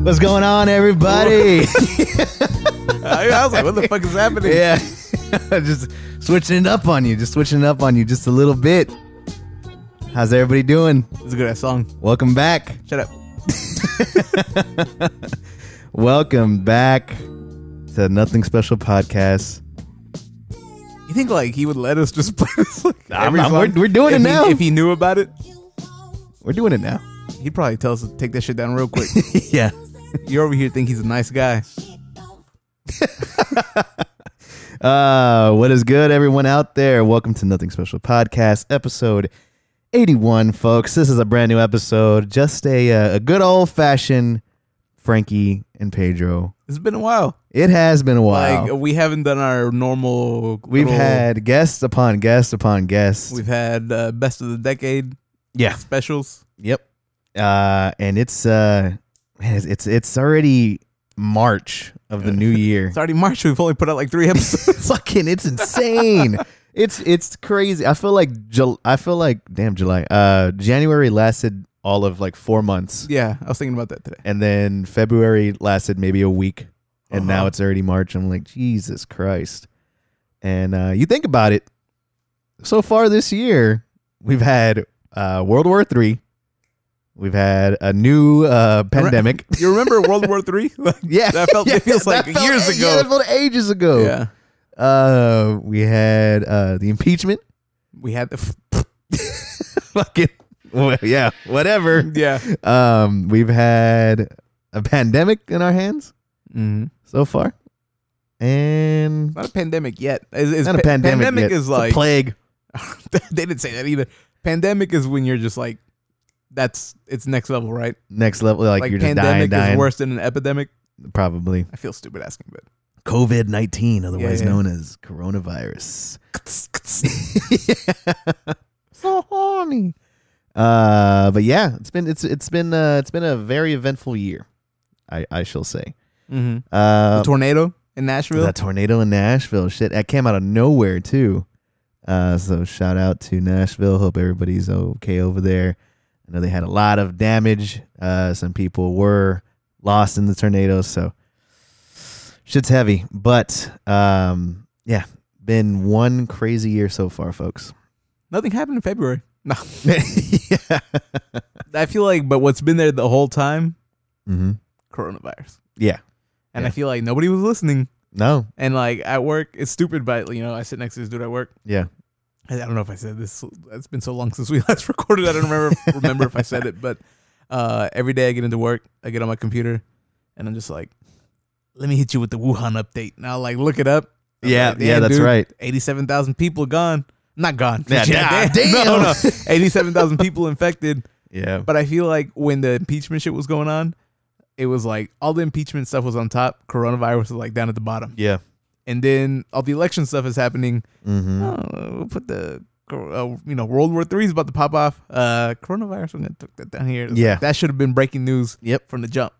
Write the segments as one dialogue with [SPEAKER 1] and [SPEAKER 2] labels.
[SPEAKER 1] What's going on, everybody?
[SPEAKER 2] I, I was like, what the fuck is happening?
[SPEAKER 1] yeah, just switching it up on you, just switching it up on you, just a little bit. How's everybody doing?
[SPEAKER 2] It's a good ass song.
[SPEAKER 1] Welcome back.
[SPEAKER 2] Shut up.
[SPEAKER 1] Welcome back to Nothing Special Podcast.
[SPEAKER 2] You think like he would let us just play this? Like,
[SPEAKER 1] I'm-
[SPEAKER 2] every
[SPEAKER 1] I'm-
[SPEAKER 2] song?
[SPEAKER 1] we're- we're doing it
[SPEAKER 2] If he-
[SPEAKER 1] now.
[SPEAKER 2] if he knew about it,
[SPEAKER 1] We're doing it now.
[SPEAKER 2] he'd probably tell us to take that shit down real quick.
[SPEAKER 1] yeah.
[SPEAKER 2] You're over here think he's a nice guy.
[SPEAKER 1] Uh, what is good, everyone out there? Welcome to Nothing Special Podcast, episode 81, folks. This is a brand new episode, just a, uh, a good old fashioned Frankie and Pedro.
[SPEAKER 2] It's been a while.
[SPEAKER 1] It has been a while.
[SPEAKER 2] Like we haven't done our normal.
[SPEAKER 1] we've
[SPEAKER 2] little-
[SPEAKER 1] had guests upon guests upon guests.
[SPEAKER 2] We've had uh, best of the decade
[SPEAKER 1] yeah.
[SPEAKER 2] specials.
[SPEAKER 1] Yep. Uh, and it's uh, man, it's, it's it's already March of the new year.
[SPEAKER 2] It's already March. We've only put out like three episodes.
[SPEAKER 1] fucking it's insane it's it's crazy i feel like Jul- i feel like damn july uh january lasted all of like four months
[SPEAKER 2] yeah, I was thinking about that today.
[SPEAKER 1] and then february lasted maybe a week and now
[SPEAKER 2] Uh-huh.
[SPEAKER 1] it's already march i'm like jesus christ and uh you think about it so far this year we've had uh world war three we've had a new uh pandemic
[SPEAKER 2] You remember World War Three?
[SPEAKER 1] yeah
[SPEAKER 2] That felt-
[SPEAKER 1] yeah,
[SPEAKER 2] it feels like years
[SPEAKER 1] yeah,
[SPEAKER 2] ago.
[SPEAKER 1] that felt ages ago
[SPEAKER 2] yeah,
[SPEAKER 1] uh, we had uh the impeachment.
[SPEAKER 2] we had the.
[SPEAKER 1] Fucking well, yeah, whatever.
[SPEAKER 2] yeah.
[SPEAKER 1] Um, we've had a pandemic in our hands
[SPEAKER 2] Mm-hmm.
[SPEAKER 1] so far, and
[SPEAKER 2] Not a pandemic yet. It's, it's
[SPEAKER 1] not a
[SPEAKER 2] pa-
[SPEAKER 1] pandemic.
[SPEAKER 2] Pandemic
[SPEAKER 1] yet.
[SPEAKER 2] is
[SPEAKER 1] It's a
[SPEAKER 2] like
[SPEAKER 1] plague.
[SPEAKER 2] they didn't say that either. Pandemic is when you're just like, that's it's next level, right?
[SPEAKER 1] Next level, like,
[SPEAKER 2] Like
[SPEAKER 1] you're just dying,
[SPEAKER 2] pandemic
[SPEAKER 1] dying.
[SPEAKER 2] is worse than an epidemic.
[SPEAKER 1] Probably
[SPEAKER 2] I feel stupid asking, but
[SPEAKER 1] COVID nineteen, otherwise
[SPEAKER 2] Yeah, yeah.
[SPEAKER 1] known as coronavirus. so horny. Uh, but yeah, it's been it's it's been uh, it's been a very eventful year. I I shall say.
[SPEAKER 2] mm-hmm.
[SPEAKER 1] Uh,
[SPEAKER 2] the tornado in Nashville.
[SPEAKER 1] That tornado in Nashville. Shit, that came out of nowhere too. Uh, so shout out to Nashville. Hope everybody's okay over there. I know they had a lot of damage. Uh, some people were lost in the tornado, so shit's heavy. But um, yeah, been one crazy year so far, folks.
[SPEAKER 2] Nothing happened in February. No,
[SPEAKER 1] yeah.
[SPEAKER 2] I feel like, but what's been there the whole time?
[SPEAKER 1] hmm
[SPEAKER 2] Coronavirus.
[SPEAKER 1] Yeah.
[SPEAKER 2] And
[SPEAKER 1] Yeah.
[SPEAKER 2] I feel like nobody was listening.
[SPEAKER 1] No.
[SPEAKER 2] And like at work, it's stupid, but you know, I sit next to this dude at work.
[SPEAKER 1] Yeah.
[SPEAKER 2] I I don't know if I said this. It's been so long since we last recorded. I don't remember remember if I said it, but uh, every day I get into work, I get on my computer, and I'm just like, "Let me hit you with the Wuhan update." And I'll like look it up. I'm
[SPEAKER 1] Yeah,
[SPEAKER 2] like,
[SPEAKER 1] yeah,
[SPEAKER 2] "Damn,
[SPEAKER 1] that's
[SPEAKER 2] dude,
[SPEAKER 1] right.
[SPEAKER 2] Eighty-seven thousand people gone. Not gone.
[SPEAKER 1] Yeah, nah,
[SPEAKER 2] damn.
[SPEAKER 1] damn.
[SPEAKER 2] No, no. Eighty-seven thousand people infected.
[SPEAKER 1] Yeah.
[SPEAKER 2] But I feel like when the impeachment shit was going on, it was like all the impeachment stuff was on top. Coronavirus was like down at the bottom,
[SPEAKER 1] Yeah.
[SPEAKER 2] and then all the election stuff is happening.
[SPEAKER 1] Mm-hmm.
[SPEAKER 2] Oh, we'll put the uh, you know World War Three is about to pop off. Uh, coronavirus. We're gonna tuck that down here.
[SPEAKER 1] Yeah.
[SPEAKER 2] that should have been breaking news.
[SPEAKER 1] Yep.
[SPEAKER 2] from the jump.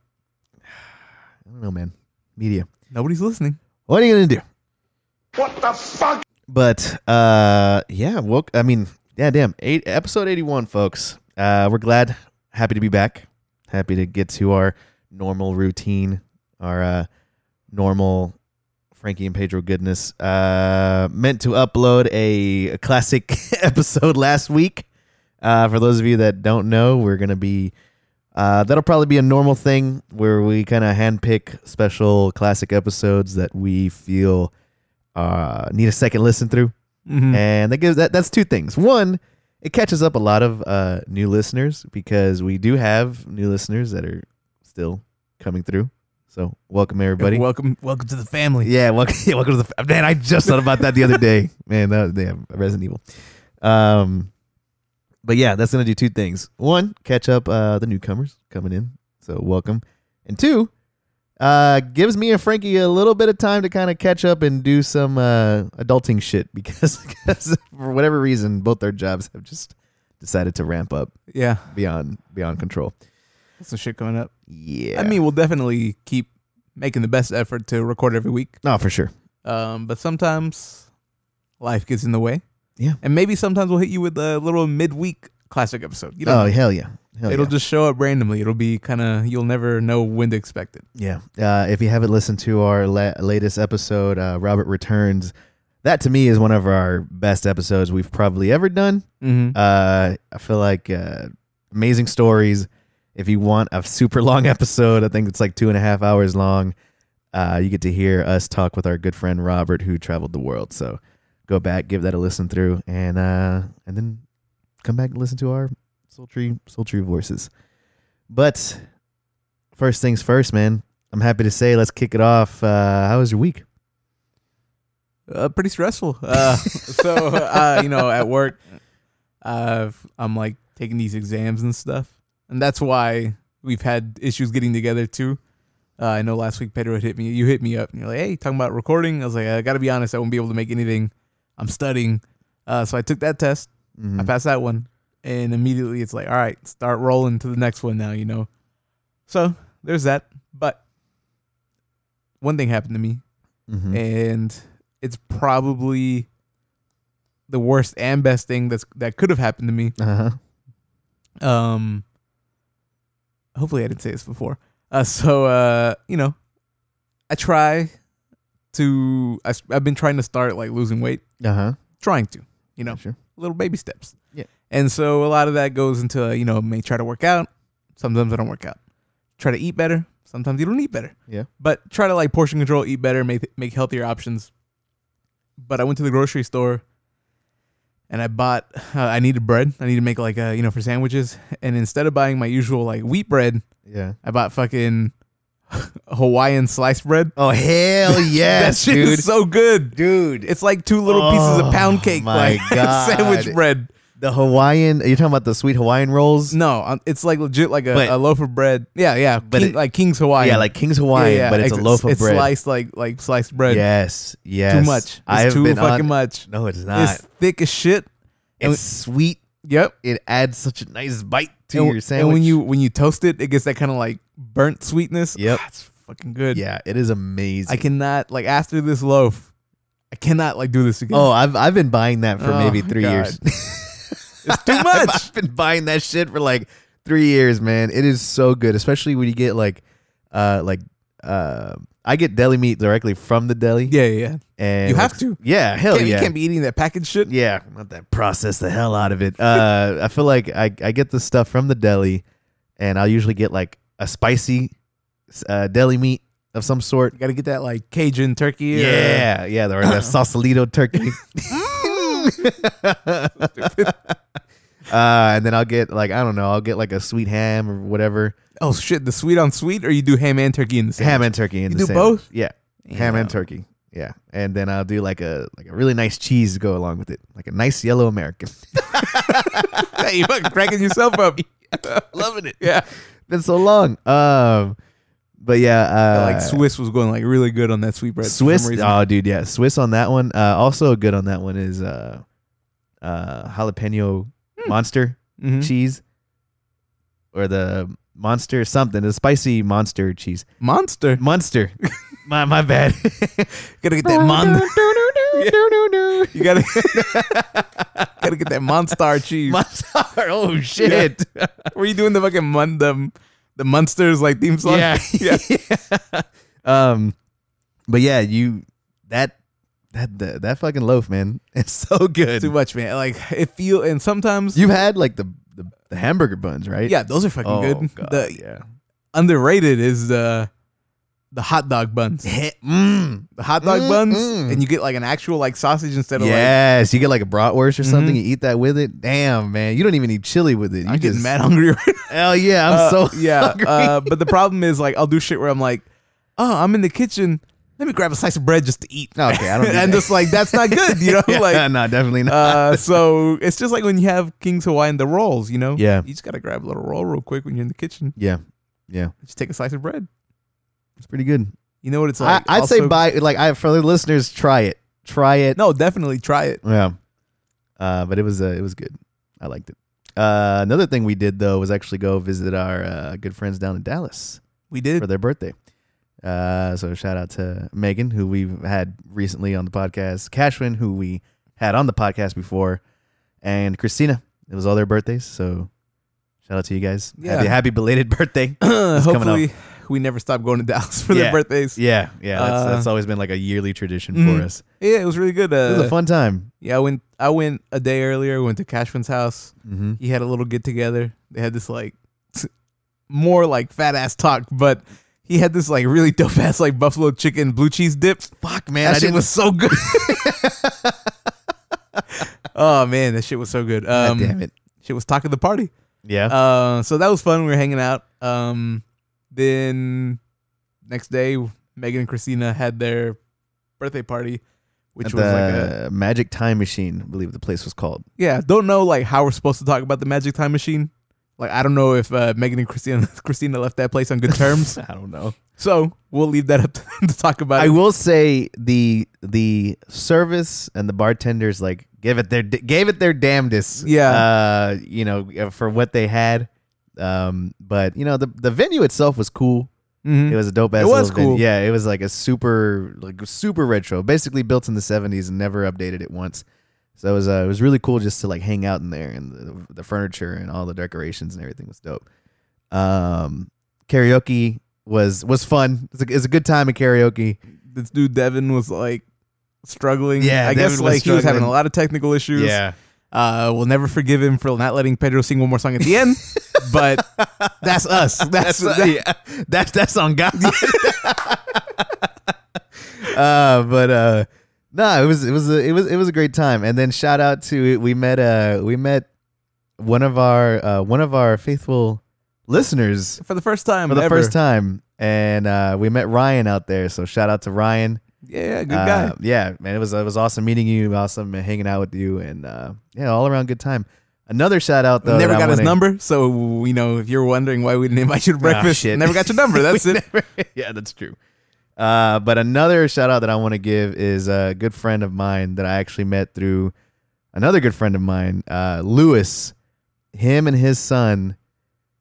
[SPEAKER 1] I don't know, man. Media.
[SPEAKER 2] Nobody's listening.
[SPEAKER 1] What are you gonna do?
[SPEAKER 3] What the fuck?
[SPEAKER 1] but uh yeah well i mean yeah damn eight episode 81 folks uh we're glad happy to be back happy to get to our normal routine our uh normal frankie and pedro goodness uh meant to upload a, a classic episode last week uh for those of you that don't know we're gonna be uh, that'll probably be a normal thing where we kind of handpick special classic episodes that we feel uh, need a second listen through,
[SPEAKER 2] Mm-hmm. Mm.
[SPEAKER 1] and that gives that that's two things. One, it catches up a lot of uh, new listeners because we do have new listeners that are still coming through. So welcome everybody.
[SPEAKER 2] welcome, welcome to the family.
[SPEAKER 1] yeah, welcome, yeah, welcome to the f- man. I just thought about that the other day. Man, that was, damn Resident Evil. Um, but yeah, that's gonna do two things. One, catch up uh, the newcomers coming in. So welcome, and two, uh, gives me and Frankie a little bit of time to kind of catch up and do some uh, adulting shit because, because for whatever reason, both their jobs have just decided to ramp up
[SPEAKER 2] Yeah,
[SPEAKER 1] beyond beyond control.
[SPEAKER 2] some shit coming up.
[SPEAKER 1] Yeah,
[SPEAKER 2] I mean, we'll definitely keep making the best effort to record every week.
[SPEAKER 1] no, Oh, for sure.
[SPEAKER 2] Um, but sometimes life gets in the way.
[SPEAKER 1] Yeah.
[SPEAKER 2] and maybe sometimes we'll hit you with a little midweek classic episode. You know,
[SPEAKER 1] Oh hell yeah, Hell
[SPEAKER 2] It'll
[SPEAKER 1] yeah.
[SPEAKER 2] just show up randomly. It'll be kind of you'll never know when to expect it.
[SPEAKER 1] Yeah. Uh, if you haven't listened to our la- latest episode, uh, Robert Returns, that to me is one of our best episodes we've probably ever done.
[SPEAKER 2] Mm-hmm.
[SPEAKER 1] Uh, I feel like uh, amazing stories. If you want a super long episode, I think it's like two and a half hours long. Uh, you get to hear us talk with our good friend Robert, who traveled the world. So go back, give that a listen through, and uh, and then come back and listen to our sultry sultry voices. But first things first, man. I'm happy to say, let's kick it off. Uh, how was your week?
[SPEAKER 2] Uh, pretty stressful. Uh, so uh, you know, at work, I've, I'm like taking these exams and stuff, and that's why we've had issues getting together too. Uh, I know last week Pedro had hit me. You hit me up. And you're like, "Hey, talking about recording." I was like, "I gotta be honest. I won't be able to make anything. I'm studying." Uh, so I took that test.
[SPEAKER 1] Mhm.
[SPEAKER 2] I passed that one, and immediately it's like, all right, start rolling to the next one now, you know. So there's that. But one thing happened to me,
[SPEAKER 1] Mhm.
[SPEAKER 2] and it's probably the worst and best thing that's that could have happened to me.
[SPEAKER 1] Uh-huh.
[SPEAKER 2] Um, hopefully I didn't say this before. Uh, so uh, you know, I try to. I, have been trying to start like losing weight,
[SPEAKER 1] Uh-huh.
[SPEAKER 2] trying to, you know
[SPEAKER 1] Sure.
[SPEAKER 2] little baby steps.
[SPEAKER 1] Yeah.
[SPEAKER 2] And so a lot of that goes into, you know, may try to work out. Sometimes I don't work out. Try to eat better. Sometimes you don't eat better.
[SPEAKER 1] Yeah.
[SPEAKER 2] But try to like portion control, eat better, make make healthier options. But I went to the grocery store and I bought uh, I needed bread. I need to make like uh, you know, for sandwiches. And instead of buying my usual like wheat bread,
[SPEAKER 1] Yeah.
[SPEAKER 2] I bought fucking Hawaiian sliced bread.
[SPEAKER 1] Oh hell
[SPEAKER 2] that
[SPEAKER 1] yes,
[SPEAKER 2] shit
[SPEAKER 1] dude.
[SPEAKER 2] is so good.
[SPEAKER 1] dude.
[SPEAKER 2] It's like two little pieces
[SPEAKER 1] Oh,
[SPEAKER 2] of pound cake
[SPEAKER 1] my
[SPEAKER 2] like
[SPEAKER 1] God.
[SPEAKER 2] sandwich bread.
[SPEAKER 1] The Hawaiian. Are you talking about the sweet Hawaiian rolls?
[SPEAKER 2] No, um, it's like legit like a,
[SPEAKER 1] But-
[SPEAKER 2] a loaf of bread. Yeah, yeah,
[SPEAKER 1] But
[SPEAKER 2] King-
[SPEAKER 1] it-
[SPEAKER 2] like King's Hawaiian.
[SPEAKER 1] yeah, like King's
[SPEAKER 2] Yeah,
[SPEAKER 1] Hawaiian,
[SPEAKER 2] yeah,
[SPEAKER 1] but it's,
[SPEAKER 2] ex-
[SPEAKER 1] a loaf of
[SPEAKER 2] it's
[SPEAKER 1] bread.
[SPEAKER 2] sliced like like sliced bread.
[SPEAKER 1] Yes, yes.
[SPEAKER 2] too much. It's
[SPEAKER 1] I have
[SPEAKER 2] too
[SPEAKER 1] been on-
[SPEAKER 2] fucking much.
[SPEAKER 1] No, it's not.
[SPEAKER 2] It's
[SPEAKER 1] It's,
[SPEAKER 2] thick as shit. and-
[SPEAKER 1] sweet.
[SPEAKER 2] Yep.
[SPEAKER 1] It adds such a nice bite to
[SPEAKER 2] and,
[SPEAKER 1] your sandwich.
[SPEAKER 2] and when you when you toast it, it gets that kind of like burnt sweetness.
[SPEAKER 1] Yep.
[SPEAKER 2] Ah, it's fucking good.
[SPEAKER 1] yeah, it is amazing.
[SPEAKER 2] I cannot like after this loaf, I cannot like do this again.
[SPEAKER 1] oh, I've I've been buying that for
[SPEAKER 2] Oh,
[SPEAKER 1] maybe three
[SPEAKER 2] God.
[SPEAKER 1] years.
[SPEAKER 2] it's too
[SPEAKER 1] I've-
[SPEAKER 2] much.
[SPEAKER 1] I've been buying that shit for like three years, man. It is so good, especially when you get like, uh, like uh, I get deli meat directly from the deli.
[SPEAKER 2] yeah, yeah. yeah.
[SPEAKER 1] and
[SPEAKER 2] You
[SPEAKER 1] like,
[SPEAKER 2] have to.
[SPEAKER 1] Yeah, hell
[SPEAKER 2] Can't-
[SPEAKER 1] yeah.
[SPEAKER 2] You can't be eating that packaged shit.
[SPEAKER 1] Yeah, let that process the hell out of it. Uh, I feel like I, I get this stuff from the deli, and I'll usually get like a spicy uh, deli meat of some sort.
[SPEAKER 2] You got to get that like Cajun turkey. Or,
[SPEAKER 1] Yeah, yeah, or the sausalito turkey. uh, and then I'll get like I don't know, I'll get like a sweet ham or whatever,
[SPEAKER 2] Oh shit, the sweet on sweet, or you do ham and turkey in the same.
[SPEAKER 1] ham and turkey. In
[SPEAKER 2] You
[SPEAKER 1] the
[SPEAKER 2] do
[SPEAKER 1] sandwich.
[SPEAKER 2] both?
[SPEAKER 1] Yeah, ham and
[SPEAKER 2] Yeah.
[SPEAKER 1] turkey. Yeah, and then I'll do like a like a really nice cheese to go along with it, like a nice yellow American.
[SPEAKER 2] Hey, you fucking cracking yourself up. Loving it. Yeah.
[SPEAKER 1] been so long. Um, but yeah, uh,
[SPEAKER 2] like Swiss was going like really good on that sweet bread. for some
[SPEAKER 1] Swiss.
[SPEAKER 2] reason.
[SPEAKER 1] Oh, dude, yeah, Swiss on that one. Uh, also good on that one is uh, uh, jalapeno monster
[SPEAKER 2] Mhm.
[SPEAKER 1] cheese, or the monster something, the spicy monster cheese,
[SPEAKER 2] Monster.
[SPEAKER 1] monster. my my bad.
[SPEAKER 2] Gotta get that mon. You gotta gotta get that Monster cheese.
[SPEAKER 1] monster. Oh shit.
[SPEAKER 2] Were you doing the fucking mon the, the Munsters like theme song?
[SPEAKER 1] Yeah. um, but yeah, you that that that, that fucking loaf, man, it's so good.
[SPEAKER 2] Too much, man. Like it feel and sometimes
[SPEAKER 1] You've had like the, the the hamburger buns, right?
[SPEAKER 2] yeah, those are fucking
[SPEAKER 1] Oh,
[SPEAKER 2] good.
[SPEAKER 1] God,
[SPEAKER 2] the
[SPEAKER 1] yeah.
[SPEAKER 2] underrated is the the hot dog buns.
[SPEAKER 1] Mm.
[SPEAKER 2] The hot dog
[SPEAKER 1] Mm,
[SPEAKER 2] buns,
[SPEAKER 1] mm.
[SPEAKER 2] and you get like an actual like sausage instead of like Mm-hmm.
[SPEAKER 1] Yes, you get like a bratwurst or something. You eat that with it. Damn, man, you don't even need chili with it. You
[SPEAKER 2] I'm
[SPEAKER 1] just
[SPEAKER 2] getting mad hungry. Right
[SPEAKER 1] Hell yeah, I'm
[SPEAKER 2] now.
[SPEAKER 1] so
[SPEAKER 2] Uh, yeah.
[SPEAKER 1] hungry.
[SPEAKER 2] Uh, but the problem is like I'll do shit where I'm like, oh, I'm in the kitchen. Let me grab a slice of bread just to eat.
[SPEAKER 1] Okay, I don't do
[SPEAKER 2] and
[SPEAKER 1] that.
[SPEAKER 2] just like that's not good, you know.
[SPEAKER 1] yeah,
[SPEAKER 2] Like,
[SPEAKER 1] no, definitely not.
[SPEAKER 2] uh, so it's just like when you have King's Hawaiian the rolls, you know.
[SPEAKER 1] Yeah.
[SPEAKER 2] You just gotta grab a little roll real quick when you're in the kitchen.
[SPEAKER 1] yeah, yeah,
[SPEAKER 2] Just take a slice of bread.
[SPEAKER 1] it's pretty good.
[SPEAKER 2] You know what it's like.
[SPEAKER 1] I, I'd say
[SPEAKER 2] Also-
[SPEAKER 1] buy like I for the listeners, try it, try it.
[SPEAKER 2] No, definitely try it.
[SPEAKER 1] Yeah. Uh, but it was uh, it was good. I liked it. Uh, another thing we did though was actually go visit our uh, good friends down in Dallas
[SPEAKER 2] We
[SPEAKER 1] for
[SPEAKER 2] did.
[SPEAKER 1] their birthday. Uh, so shout out to Megan, who we've had recently on the podcast, Cashwin, who we had on the podcast before, and Christina. It was all their birthdays, so Shout out to you guys.
[SPEAKER 2] Yeah.
[SPEAKER 1] Happy, happy belated birthday. coming up.
[SPEAKER 2] Hopefully, we never stop going to Dallas for
[SPEAKER 1] Yeah.
[SPEAKER 2] their birthdays. Yeah.
[SPEAKER 1] yeah, yeah. That's,
[SPEAKER 2] Uh,
[SPEAKER 1] that's always been like a yearly tradition
[SPEAKER 2] mhm.
[SPEAKER 1] for us.
[SPEAKER 2] it was really good. Uh,
[SPEAKER 1] It was a fun time.
[SPEAKER 2] yeah, I went. I went a day earlier. Went to Cashman's house.
[SPEAKER 1] hmm
[SPEAKER 2] He had a little get together. They had this like more like fat ass talk, but he had this like really dope ass like buffalo chicken blue cheese dip.
[SPEAKER 1] Fuck, man.
[SPEAKER 2] that
[SPEAKER 1] I
[SPEAKER 2] shit
[SPEAKER 1] didn't.
[SPEAKER 2] was so good. oh man, that shit was so good. Um,
[SPEAKER 1] God damn it.
[SPEAKER 2] Shit was talking the party.
[SPEAKER 1] Yeah.
[SPEAKER 2] Uh, so that was fun. We were hanging out. Um, then next day, Megan and Christina had their birthday party, which
[SPEAKER 1] At
[SPEAKER 2] was like a
[SPEAKER 1] the Magic Time Machine, I believe the place was called.
[SPEAKER 2] yeah. Don't know like how we're supposed to talk about the Magic Time Machine. Like I don't know if uh, Megan and Christina Christina left that place on good terms.
[SPEAKER 1] I don't know.
[SPEAKER 2] so we'll leave that up to, them to talk about.
[SPEAKER 1] I
[SPEAKER 2] it.
[SPEAKER 1] will say the the service and the bartenders like gave it their gave it their damnedest.
[SPEAKER 2] Yeah.
[SPEAKER 1] Uh, you know, for what they had. Um, but you know, the the venue itself was cool.
[SPEAKER 2] Mhm.
[SPEAKER 1] It was a dope ass.
[SPEAKER 2] It was
[SPEAKER 1] little venue.
[SPEAKER 2] cool.
[SPEAKER 1] Yeah, it was like a super like super retro, basically built in the seventies and never updated it once. So it was uh, it was really cool just to like hang out in there and the, the furniture and all the decorations and everything was dope. Um, karaoke was was fun. It's a, it's a good time at karaoke.
[SPEAKER 2] This dude Devin was like struggling.
[SPEAKER 1] Yeah,
[SPEAKER 2] I
[SPEAKER 1] Devin was
[SPEAKER 2] guess like he was having
[SPEAKER 1] struggling.
[SPEAKER 2] a lot of technical issues. Uh, we'll never forgive him for not letting Pedro sing one more song at the end, but that's us.
[SPEAKER 1] that's
[SPEAKER 2] That's, that-
[SPEAKER 1] yeah, that's that's on God. uh, but uh, no, it was it was a, it was it was a great time. And then shout out to we met uh we met one of our uh, one of our faithful listeners
[SPEAKER 2] for the first time.
[SPEAKER 1] for the
[SPEAKER 2] ever.
[SPEAKER 1] first time, and uh, we met Ryan out there. So shout out to Ryan.
[SPEAKER 2] Yeah, good
[SPEAKER 1] Uh,
[SPEAKER 2] guy.
[SPEAKER 1] Yeah, man, it was it was awesome meeting you, awesome hanging out with you, and uh, yeah, all around good time. Another shout out though.
[SPEAKER 2] never
[SPEAKER 1] that I
[SPEAKER 2] got his
[SPEAKER 1] wanna-
[SPEAKER 2] number, so you know if you're wondering why we didn't invite you to
[SPEAKER 1] Ah,
[SPEAKER 2] breakfast,
[SPEAKER 1] shit.
[SPEAKER 2] never got your number. That's it.
[SPEAKER 1] yeah, that's true. Uh, but another shout out that I want to give is a good friend of mine that I actually met through another good friend of mine, uh, Lewis. Him and his son,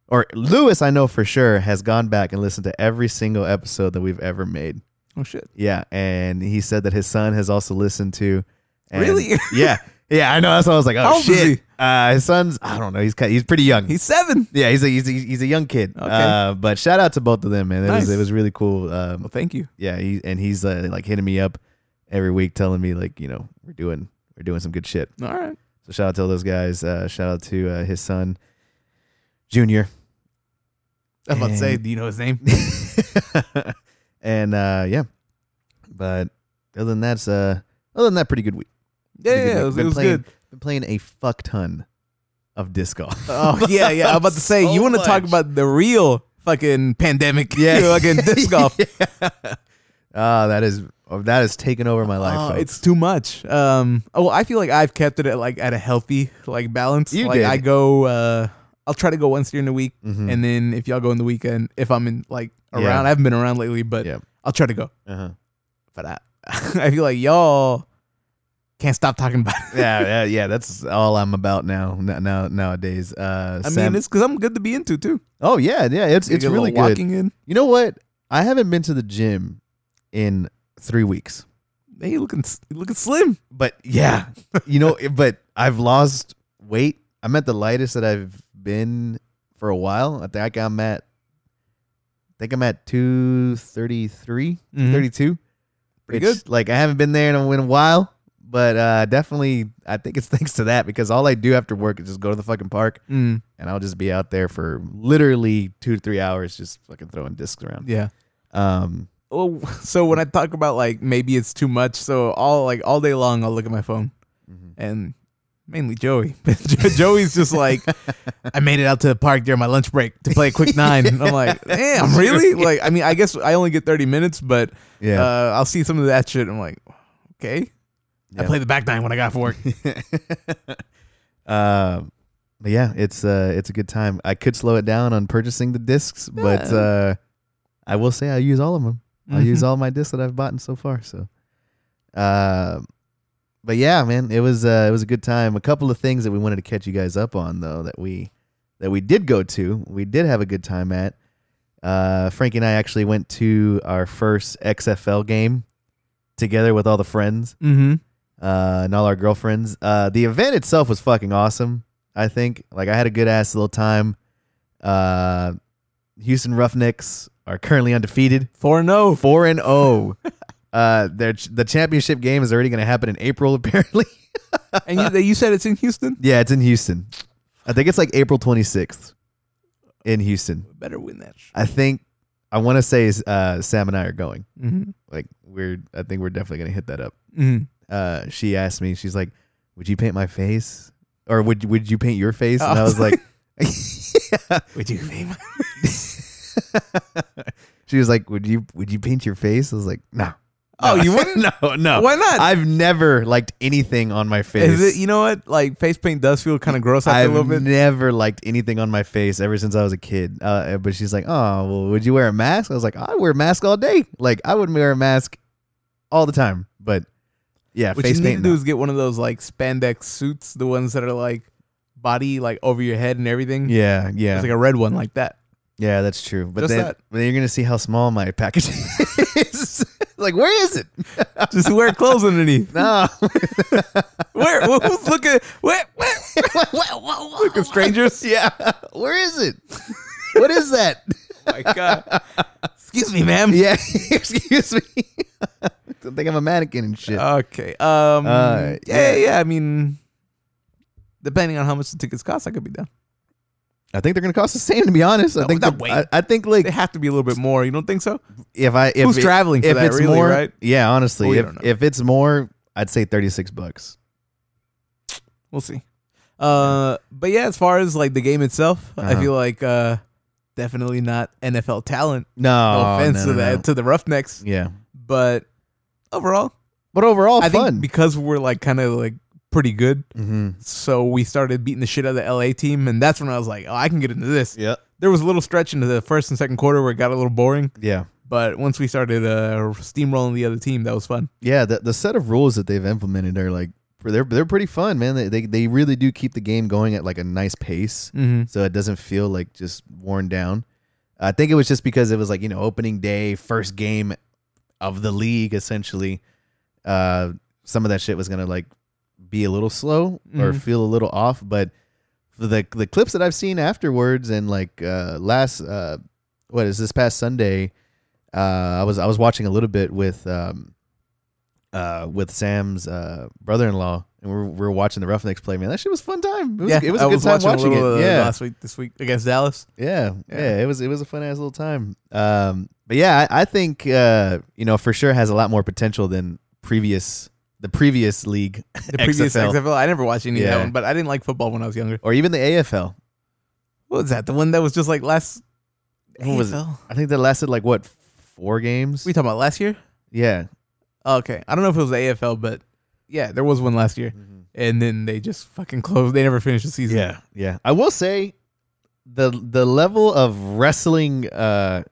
[SPEAKER 1] or Lewis, I know for sure, has gone back and listened to every single episode that we've ever made.
[SPEAKER 2] Oh shit!
[SPEAKER 1] Yeah, and he said that his son has also listened to. and-
[SPEAKER 2] Really?
[SPEAKER 1] yeah, yeah. I know. That's why I was like,
[SPEAKER 2] How
[SPEAKER 1] oh
[SPEAKER 2] old is
[SPEAKER 1] shit. Uh, his son's, I don't know. He's ki- he's pretty young.
[SPEAKER 2] He's seven.
[SPEAKER 1] Yeah, he's a he's a, he's a young kid.
[SPEAKER 2] Okay.
[SPEAKER 1] Uh, but shout out to both of them, man. It was
[SPEAKER 2] Nice.
[SPEAKER 1] it was really cool. Um,
[SPEAKER 2] Well, thank you.
[SPEAKER 1] yeah, he and he's uh, like hitting me up every week, telling me like you know we're doing we're doing some good shit.
[SPEAKER 2] All right.
[SPEAKER 1] So shout out to all those guys. Uh, shout out to uh, his son, Junior,
[SPEAKER 2] I was about to say,
[SPEAKER 1] And-
[SPEAKER 2] do you know his name?
[SPEAKER 1] and uh, yeah. But other than that's uh other than that, pretty good week.
[SPEAKER 2] Yeah,
[SPEAKER 1] Pretty
[SPEAKER 2] yeah,
[SPEAKER 1] good
[SPEAKER 2] it
[SPEAKER 1] week.
[SPEAKER 2] was, it
[SPEAKER 1] Been
[SPEAKER 2] was
[SPEAKER 1] playing,
[SPEAKER 2] good.
[SPEAKER 1] Been playing a fuck ton of disc golf.
[SPEAKER 2] Oh yeah, yeah. I was about to say,
[SPEAKER 1] So
[SPEAKER 2] you want to talk
[SPEAKER 1] much.
[SPEAKER 2] about the real fucking pandemic?
[SPEAKER 1] Yeah.
[SPEAKER 2] fucking disc golf.
[SPEAKER 1] Ah, that is oh, that is taking over my life.
[SPEAKER 2] Uh,
[SPEAKER 1] folks.
[SPEAKER 2] it's too much. Um, oh, I feel like I've kept it at like at a healthy like balance.
[SPEAKER 1] You
[SPEAKER 2] like
[SPEAKER 1] did.
[SPEAKER 2] I go, uh, I'll try to go once during the week,
[SPEAKER 1] Mhm.
[SPEAKER 2] and then if y'all go in the weekend, if I'm in like
[SPEAKER 1] Yeah.
[SPEAKER 2] around, I haven't been around lately, but
[SPEAKER 1] Yeah.
[SPEAKER 2] I'll try to go.
[SPEAKER 1] uh-huh.
[SPEAKER 2] But I, I feel like y'all can't stop talking about it.
[SPEAKER 1] yeah, yeah, yeah. That's all I'm about now. n- Now nowadays. Uh,
[SPEAKER 2] I
[SPEAKER 1] Sam-
[SPEAKER 2] mean, it's because I'm good to be into too.
[SPEAKER 1] oh yeah, yeah. It's it's
[SPEAKER 2] You get a
[SPEAKER 1] really
[SPEAKER 2] little
[SPEAKER 1] good.
[SPEAKER 2] Walking in,
[SPEAKER 1] You know what? I haven't been to the gym in three weeks.
[SPEAKER 2] hey, you looking s- you looking slim.
[SPEAKER 1] But yeah, you know. But I've lost weight. I'm at the lightest that I've been for a while. I think I'm at. I think I'm at 233,
[SPEAKER 2] Mhm.
[SPEAKER 1] 32.
[SPEAKER 2] Pretty
[SPEAKER 1] which, Hmm? Like I haven't been there in a, in a while, but uh, definitely I think it's thanks to that because all I do after work is just go to the fucking park
[SPEAKER 2] Mm,
[SPEAKER 1] and I'll just be out there for literally two to three hours just fucking throwing discs around.
[SPEAKER 2] yeah.
[SPEAKER 1] Um,
[SPEAKER 2] Oh, so when I talk about like maybe it's too much, so all like all day long I'll look at my phone,
[SPEAKER 1] Mm-hmm.
[SPEAKER 2] and mainly Joey. But Jo- Joey's just like, I made it out to the park during my lunch break to play a quick nine. And I'm like, damn, really? Like, I mean, I guess I only get 30 minutes, but
[SPEAKER 1] Yeah.
[SPEAKER 2] uh, I'll see some of that shit. and I'm like, okay, I
[SPEAKER 1] Yeah.
[SPEAKER 2] played the back nine when I got off work. Uh,
[SPEAKER 1] um, but yeah, it's uh, it's a good time. I could slow it down on purchasing the discs, but
[SPEAKER 2] Yeah.
[SPEAKER 1] uh, I will say I use all of them. I
[SPEAKER 2] Mhm.
[SPEAKER 1] use all my discs that I've bought so far. So, uh, but yeah, man, it was uh, it was a good time. A couple of things that we wanted to catch you guys up on though that we that we did go to, we did have a good time at. Uh, Frankie and I actually went to our first XFL game together with all the friends
[SPEAKER 2] Mm-hmm.
[SPEAKER 1] uh, and all our girlfriends. Uh, the event itself was fucking awesome. I think like I had a good ass little time. Uh, Houston Roughnecks are currently undefeated,
[SPEAKER 2] Four and oh.
[SPEAKER 1] four and zero. Uh, their ch- the championship game is already going to happen in April, apparently.
[SPEAKER 2] and you, you said it's in Houston.
[SPEAKER 1] yeah, it's in Houston. I think it's like April twenty sixth in Houston.
[SPEAKER 2] Better win that. Sh-
[SPEAKER 1] I think I want to say uh, Sam and I are going.
[SPEAKER 2] mm-hmm.
[SPEAKER 1] Like we're, I think we're definitely going to hit that up.
[SPEAKER 2] Mm-hmm.
[SPEAKER 1] uh, she asked me, she's like, "Would you paint my face, or would would you paint your face?" And I was like,
[SPEAKER 2] Would you name?
[SPEAKER 1] "She was like, would you would you paint your face?" I was like, "No."
[SPEAKER 2] Oh, you wouldn't?
[SPEAKER 1] no, no.
[SPEAKER 2] Why not?
[SPEAKER 1] I've never liked anything on my face.
[SPEAKER 2] Is it? You know what? Like face paint does feel kind of gross after
[SPEAKER 1] I've
[SPEAKER 2] a little bit.
[SPEAKER 1] never liked anything on my face ever since I was a kid. Uh, but she's like, "Oh, well, would you wear a mask?" I was like, "I wear a mask all day. Like, I would wear a mask all the time." But yeah,
[SPEAKER 2] What
[SPEAKER 1] face
[SPEAKER 2] you need
[SPEAKER 1] paint.
[SPEAKER 2] to do
[SPEAKER 1] no.
[SPEAKER 2] is get one of those like spandex suits, the ones that are like body like over your head and everything.
[SPEAKER 1] yeah, yeah.
[SPEAKER 2] It's like a red one like that.
[SPEAKER 1] Yeah, that's true. But
[SPEAKER 2] Just
[SPEAKER 1] then,
[SPEAKER 2] that.
[SPEAKER 1] but then you're gonna see how small my package is. like, where is it?
[SPEAKER 2] Just wear clothes underneath.
[SPEAKER 1] No,
[SPEAKER 2] Where? Who's looking? Where? Where? Looking strangers.
[SPEAKER 1] yeah, where is it? What is that?
[SPEAKER 2] Oh my god. Excuse me, ma'am.
[SPEAKER 1] yeah, excuse me. Don't think I'm a mannequin and shit.
[SPEAKER 2] Okay. Um.
[SPEAKER 1] Uh,
[SPEAKER 2] yeah,
[SPEAKER 1] yeah.
[SPEAKER 2] yeah. I mean, depending on how much the tickets cost, I could be down.
[SPEAKER 1] I think they're gonna cost the same. To be honest, I
[SPEAKER 2] No,
[SPEAKER 1] think
[SPEAKER 2] no
[SPEAKER 1] the-
[SPEAKER 2] way.
[SPEAKER 1] I, I think like
[SPEAKER 2] They have to be a little bit more. You don't think so?
[SPEAKER 1] if I if
[SPEAKER 2] Who's
[SPEAKER 1] it-
[SPEAKER 2] traveling for
[SPEAKER 1] if
[SPEAKER 2] that,
[SPEAKER 1] it's
[SPEAKER 2] really,
[SPEAKER 1] more,
[SPEAKER 2] right?
[SPEAKER 1] yeah, honestly,
[SPEAKER 2] Well, you
[SPEAKER 1] if
[SPEAKER 2] don't know.
[SPEAKER 1] if it's more, I'd say thirty six bucks.
[SPEAKER 2] We'll see. Uh, but yeah, as far as like the game itself, I
[SPEAKER 1] Uh-huh.
[SPEAKER 2] feel like uh, definitely not NFL talent.
[SPEAKER 1] Oh, No,
[SPEAKER 2] No offense
[SPEAKER 1] no,
[SPEAKER 2] to
[SPEAKER 1] no,
[SPEAKER 2] that
[SPEAKER 1] no.
[SPEAKER 2] to the Roughnecks,
[SPEAKER 1] Yeah,
[SPEAKER 2] but overall,
[SPEAKER 1] but overall,
[SPEAKER 2] I
[SPEAKER 1] Oh, fun.
[SPEAKER 2] think because we're like kind of like pretty good,
[SPEAKER 1] mm-hmm.
[SPEAKER 2] so we started beating the shit out of the LA team, and that's when I was like, oh, I can get into this.
[SPEAKER 1] Yeah,
[SPEAKER 2] There was a little stretch into the first and second quarter where it got a little boring,
[SPEAKER 1] yeah.
[SPEAKER 2] but once we started uh, steamrolling the other team, that was fun.
[SPEAKER 1] Yeah, the the set of rules that they've implemented are like they're they're pretty fun, man. They they, they really do keep the game going at like a nice pace,
[SPEAKER 2] Mm-hmm.
[SPEAKER 1] so it doesn't feel like just worn down. I think it was just because it was like you know opening day, first game of the league, essentially. Uh, some of that shit was gonna like be a little slow or
[SPEAKER 2] Mhm.
[SPEAKER 1] feel a little off, but the the clips that I've seen afterwards and like uh, last uh, what is this past Sunday, uh, I was I was watching a little bit with um, uh, with Sam's uh, brother in law, and we were, we were watching the Roughnecks play. Man, that shit was a fun time. It was, it was a
[SPEAKER 2] I
[SPEAKER 1] good time
[SPEAKER 2] a
[SPEAKER 1] watching,
[SPEAKER 2] little,
[SPEAKER 1] it.
[SPEAKER 2] uh,
[SPEAKER 1] yeah,
[SPEAKER 2] last week, this week against Dallas.
[SPEAKER 1] yeah,
[SPEAKER 2] Yeah.
[SPEAKER 1] yeah, It was it was a fun ass little time. Um, but yeah, I, I think uh, you know for sure has a lot more potential than previous the previous league,
[SPEAKER 2] the previous
[SPEAKER 1] XFL.
[SPEAKER 2] XFL. I never watched any of that
[SPEAKER 1] Yeah.
[SPEAKER 2] one, but I didn't like football when I was younger.
[SPEAKER 1] or even the AFL.
[SPEAKER 2] What was that? The one that was just like last.
[SPEAKER 1] What was it?
[SPEAKER 2] AFL?
[SPEAKER 1] I think that lasted like what four games.
[SPEAKER 2] We talking about last year? Oh,
[SPEAKER 1] yeah,
[SPEAKER 2] Okay, I don't know if it was the AFL, but yeah, there was one last year, and then they just fucking closed. They never finished the season.
[SPEAKER 1] yeah, yeah. I will say the the level of wrestling uh,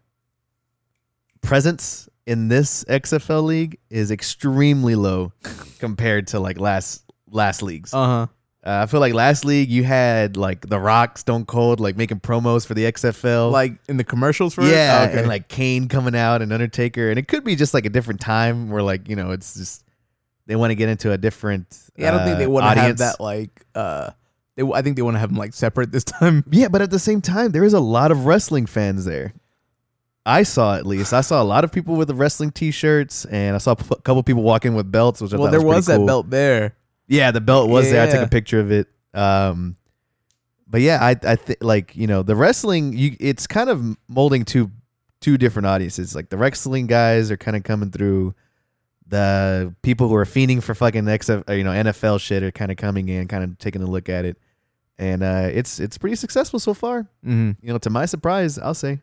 [SPEAKER 1] presence in this XFL league is extremely low compared to like last last leagues.
[SPEAKER 2] Uh huh.
[SPEAKER 1] Uh, I feel like last league you had like The Rock, Stone Cold, like making promos for the XFL,
[SPEAKER 2] Like in the commercials for it. Oh,
[SPEAKER 1] yeah,
[SPEAKER 2] Okay.
[SPEAKER 1] and like Kane coming out and Undertaker, and it could be just like a different time where like you know it's just they want to get into a different.
[SPEAKER 2] yeah, I don't think
[SPEAKER 1] uh,
[SPEAKER 2] they want to have
[SPEAKER 1] audience.
[SPEAKER 2] that like. uh they, I think they want to have them like separate this time.
[SPEAKER 1] Yeah, but at the same time, there is a lot of wrestling fans there. I saw at least I saw a lot of people with the wrestling T-shirts, and I saw a p- couple people walking with belts, which I
[SPEAKER 2] well,
[SPEAKER 1] thought
[SPEAKER 2] there
[SPEAKER 1] was,
[SPEAKER 2] was
[SPEAKER 1] pretty
[SPEAKER 2] that
[SPEAKER 1] cool.
[SPEAKER 2] belt there.
[SPEAKER 1] Yeah, the belt was there. I took
[SPEAKER 2] Yeah.
[SPEAKER 1] a picture of it. Um, but yeah, I I think like you know the wrestling, you it's kind of molding two two different audiences. Like the wrestling guys are kind of coming through. The people who are fiending for fucking XF, you know NFL shit are kind of coming in, kind of taking a look at it, and uh, it's it's pretty successful so far.
[SPEAKER 2] Mm-hmm.
[SPEAKER 1] You know, to my surprise, I'll say.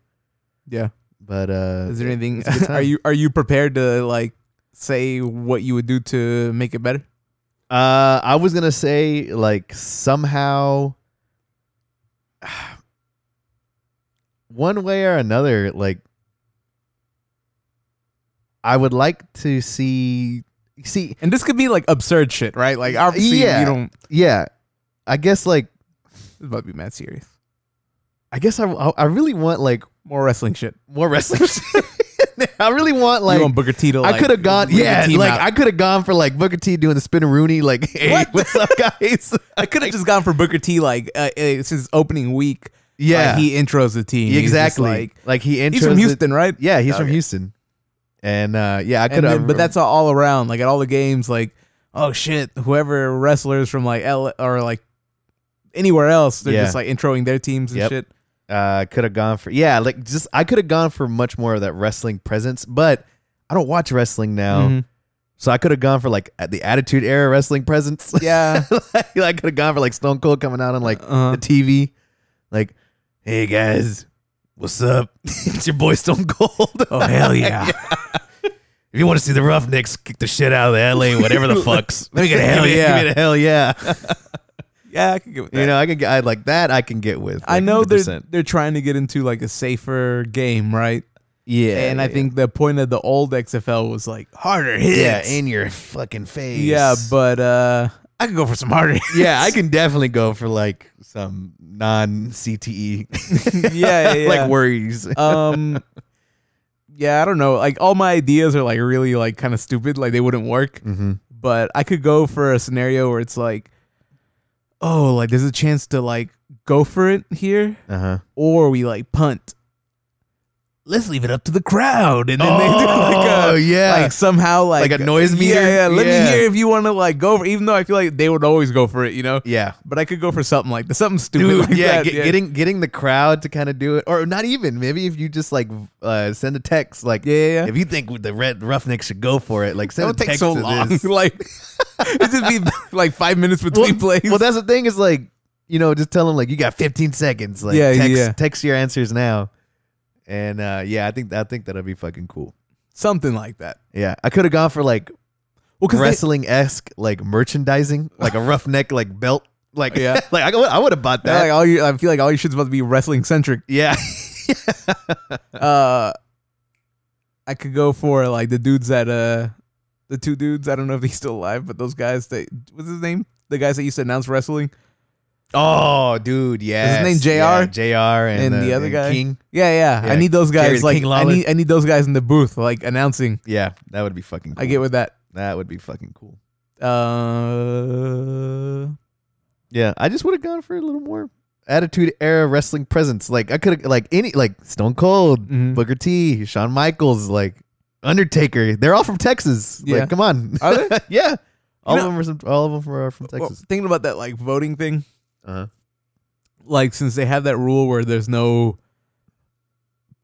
[SPEAKER 2] Yeah.
[SPEAKER 1] But uh,
[SPEAKER 2] Is there anything?
[SPEAKER 1] it's a good
[SPEAKER 2] Are
[SPEAKER 1] time.
[SPEAKER 2] you are you prepared to like say what you would do to make it better?
[SPEAKER 1] Uh, I was gonna say like somehow, one way or another, like I would like to see. See,
[SPEAKER 2] And this could be like absurd shit, right? Like obviously
[SPEAKER 1] Yeah.
[SPEAKER 2] you don't.
[SPEAKER 1] yeah, I guess like
[SPEAKER 2] This about to be mad serious.
[SPEAKER 1] I guess I I, I really want like
[SPEAKER 2] More wrestling shit.
[SPEAKER 1] more wrestling. shit. I really want
[SPEAKER 2] Like,
[SPEAKER 1] like.
[SPEAKER 2] you want Booker T to? Like,
[SPEAKER 1] I could have gone,
[SPEAKER 2] lead the
[SPEAKER 1] yeah.
[SPEAKER 2] team
[SPEAKER 1] Like
[SPEAKER 2] out.
[SPEAKER 1] I could have gone for like Booker T doing the spin and Rooney, like, hey,
[SPEAKER 2] What?
[SPEAKER 1] what's up, guys?
[SPEAKER 2] I could have just gone for Booker T. Like uh, uh, since opening week,
[SPEAKER 1] Yeah,
[SPEAKER 2] Like, he intros the team. He's just
[SPEAKER 1] exactly.
[SPEAKER 2] like,
[SPEAKER 1] Like, he intros
[SPEAKER 2] he's from
[SPEAKER 1] it-
[SPEAKER 2] Houston, right?
[SPEAKER 1] Yeah, he's from
[SPEAKER 2] Okay.
[SPEAKER 1] Houston. And uh, yeah, I
[SPEAKER 2] And
[SPEAKER 1] could
[SPEAKER 2] then-
[SPEAKER 1] have.
[SPEAKER 2] but that's all around. Like at all the games, like oh shit, whoever wrestlers from like L or like anywhere else, they're
[SPEAKER 1] Yeah.
[SPEAKER 2] just like introing their teams and
[SPEAKER 1] Yep.
[SPEAKER 2] shit.
[SPEAKER 1] uh, could have gone for yeah, like just I could have gone for much more of that wrestling presence, but I don't watch wrestling now,
[SPEAKER 2] Mhm.
[SPEAKER 1] so I could have gone for like at the Attitude Era wrestling presence.
[SPEAKER 2] Yeah.
[SPEAKER 1] Like, I could have gone for like Stone Cold coming out on like
[SPEAKER 2] Uh-huh.
[SPEAKER 1] the TV, like, hey guys, what's up? it's your boy Stone Cold.
[SPEAKER 2] Oh hell yeah.
[SPEAKER 1] if you want to see the Roughnecks kick the shit out of the LA, whatever the fucks,
[SPEAKER 2] Let me get a hell
[SPEAKER 1] Give me-
[SPEAKER 2] yeah.
[SPEAKER 1] give me the hell yeah.
[SPEAKER 2] Yeah, I could get with that.
[SPEAKER 1] You know, I can get I, like that. I can get with.
[SPEAKER 2] I
[SPEAKER 1] like,
[SPEAKER 2] know they are
[SPEAKER 1] 100%.
[SPEAKER 2] they're trying to get into like a safer game, right?
[SPEAKER 1] Yeah,
[SPEAKER 2] and I
[SPEAKER 1] yeah,
[SPEAKER 2] think the point of the old XFL was like harder hits.
[SPEAKER 1] yeah, in your fucking face.
[SPEAKER 2] Yeah, but uh I could go for some harder hits.
[SPEAKER 1] yeah, I can definitely go for like some non
[SPEAKER 2] E
[SPEAKER 1] CTE,
[SPEAKER 2] yeah, yeah, yeah.
[SPEAKER 1] like worries.
[SPEAKER 2] um yeah i don't know like all my ideas are like really like kind of stupid like they wouldn't work but i could go for a scenario where it's like oh like there's a chance to like go for it here
[SPEAKER 1] Uh huh.
[SPEAKER 2] or we like punt let's leave it up to the crowd and then they do like
[SPEAKER 1] Oh,
[SPEAKER 2] a
[SPEAKER 1] yeah.
[SPEAKER 2] like somehow like,
[SPEAKER 1] Like a noise meter?
[SPEAKER 2] yeah, yeah let
[SPEAKER 1] Yeah.
[SPEAKER 2] me hear if you want to like go for even though i feel like they would always go for it you know
[SPEAKER 1] Yeah.
[SPEAKER 2] but i could go for something like something stupid
[SPEAKER 1] Dude,
[SPEAKER 2] like
[SPEAKER 1] yeah,
[SPEAKER 2] that,
[SPEAKER 1] get- getting getting the crowd to kind of do it, or not even maybe if you just like uh, send a text, like
[SPEAKER 2] Yeah, yeah, yeah.
[SPEAKER 1] if you think the red roughnecks should go for it, like
[SPEAKER 2] That
[SPEAKER 1] send a
[SPEAKER 2] would take
[SPEAKER 1] text
[SPEAKER 2] so
[SPEAKER 1] to
[SPEAKER 2] long.
[SPEAKER 1] this.
[SPEAKER 2] like it just be like five minutes
[SPEAKER 1] well,
[SPEAKER 2] between plays.
[SPEAKER 1] well, that's the thing is like you know just tell them like you got 15 seconds, like
[SPEAKER 2] Yeah,
[SPEAKER 1] text,
[SPEAKER 2] yeah.
[SPEAKER 1] text your answers now, and uh, yeah, I think I think that'll be fucking cool.
[SPEAKER 2] something like that.
[SPEAKER 1] Yeah, I could have gone for like
[SPEAKER 2] Well, because
[SPEAKER 1] wrestling esque like merchandising, like a roughneck like belt, like
[SPEAKER 2] Yeah.
[SPEAKER 1] like I, would- I would have bought that.
[SPEAKER 2] like all your, I feel like all your shit's about to be wrestling centric.
[SPEAKER 1] yeah,
[SPEAKER 2] Uh, I could go for like the dudes that uh, the two dudes. I don't know if he's still alive, but those guys. That what's his name? The guys that used to announce wrestling.
[SPEAKER 1] Oh, dude, yeah.
[SPEAKER 2] name JR?
[SPEAKER 1] JR and,
[SPEAKER 2] And the other guy?
[SPEAKER 1] King.
[SPEAKER 2] Yeah, yeah.
[SPEAKER 1] Yeah,
[SPEAKER 2] I need those
[SPEAKER 1] Jerry
[SPEAKER 2] guys.
[SPEAKER 1] the
[SPEAKER 2] like
[SPEAKER 1] King
[SPEAKER 2] I
[SPEAKER 1] Lawler.
[SPEAKER 2] need I need those guys in the booth, like announcing.
[SPEAKER 1] Yeah, that would be fucking. Cool.
[SPEAKER 2] I get with that.
[SPEAKER 1] that would be fucking cool.
[SPEAKER 2] Uh,
[SPEAKER 1] Yeah, I just would have gone for a little more attitude era wrestling presence. Like I could have like any like Stone Cold,
[SPEAKER 2] Mhm.
[SPEAKER 1] Booker T, Shawn Michaels, like Undertaker. They're all from Texas.
[SPEAKER 2] Yeah.
[SPEAKER 1] Like, come on.
[SPEAKER 2] Are they?
[SPEAKER 1] yeah. All
[SPEAKER 2] You
[SPEAKER 1] of them are some, all of them are from
[SPEAKER 2] well,
[SPEAKER 1] Texas.
[SPEAKER 2] thinking about that like voting thing.
[SPEAKER 1] Uh-huh.
[SPEAKER 2] like since they have that rule where there's no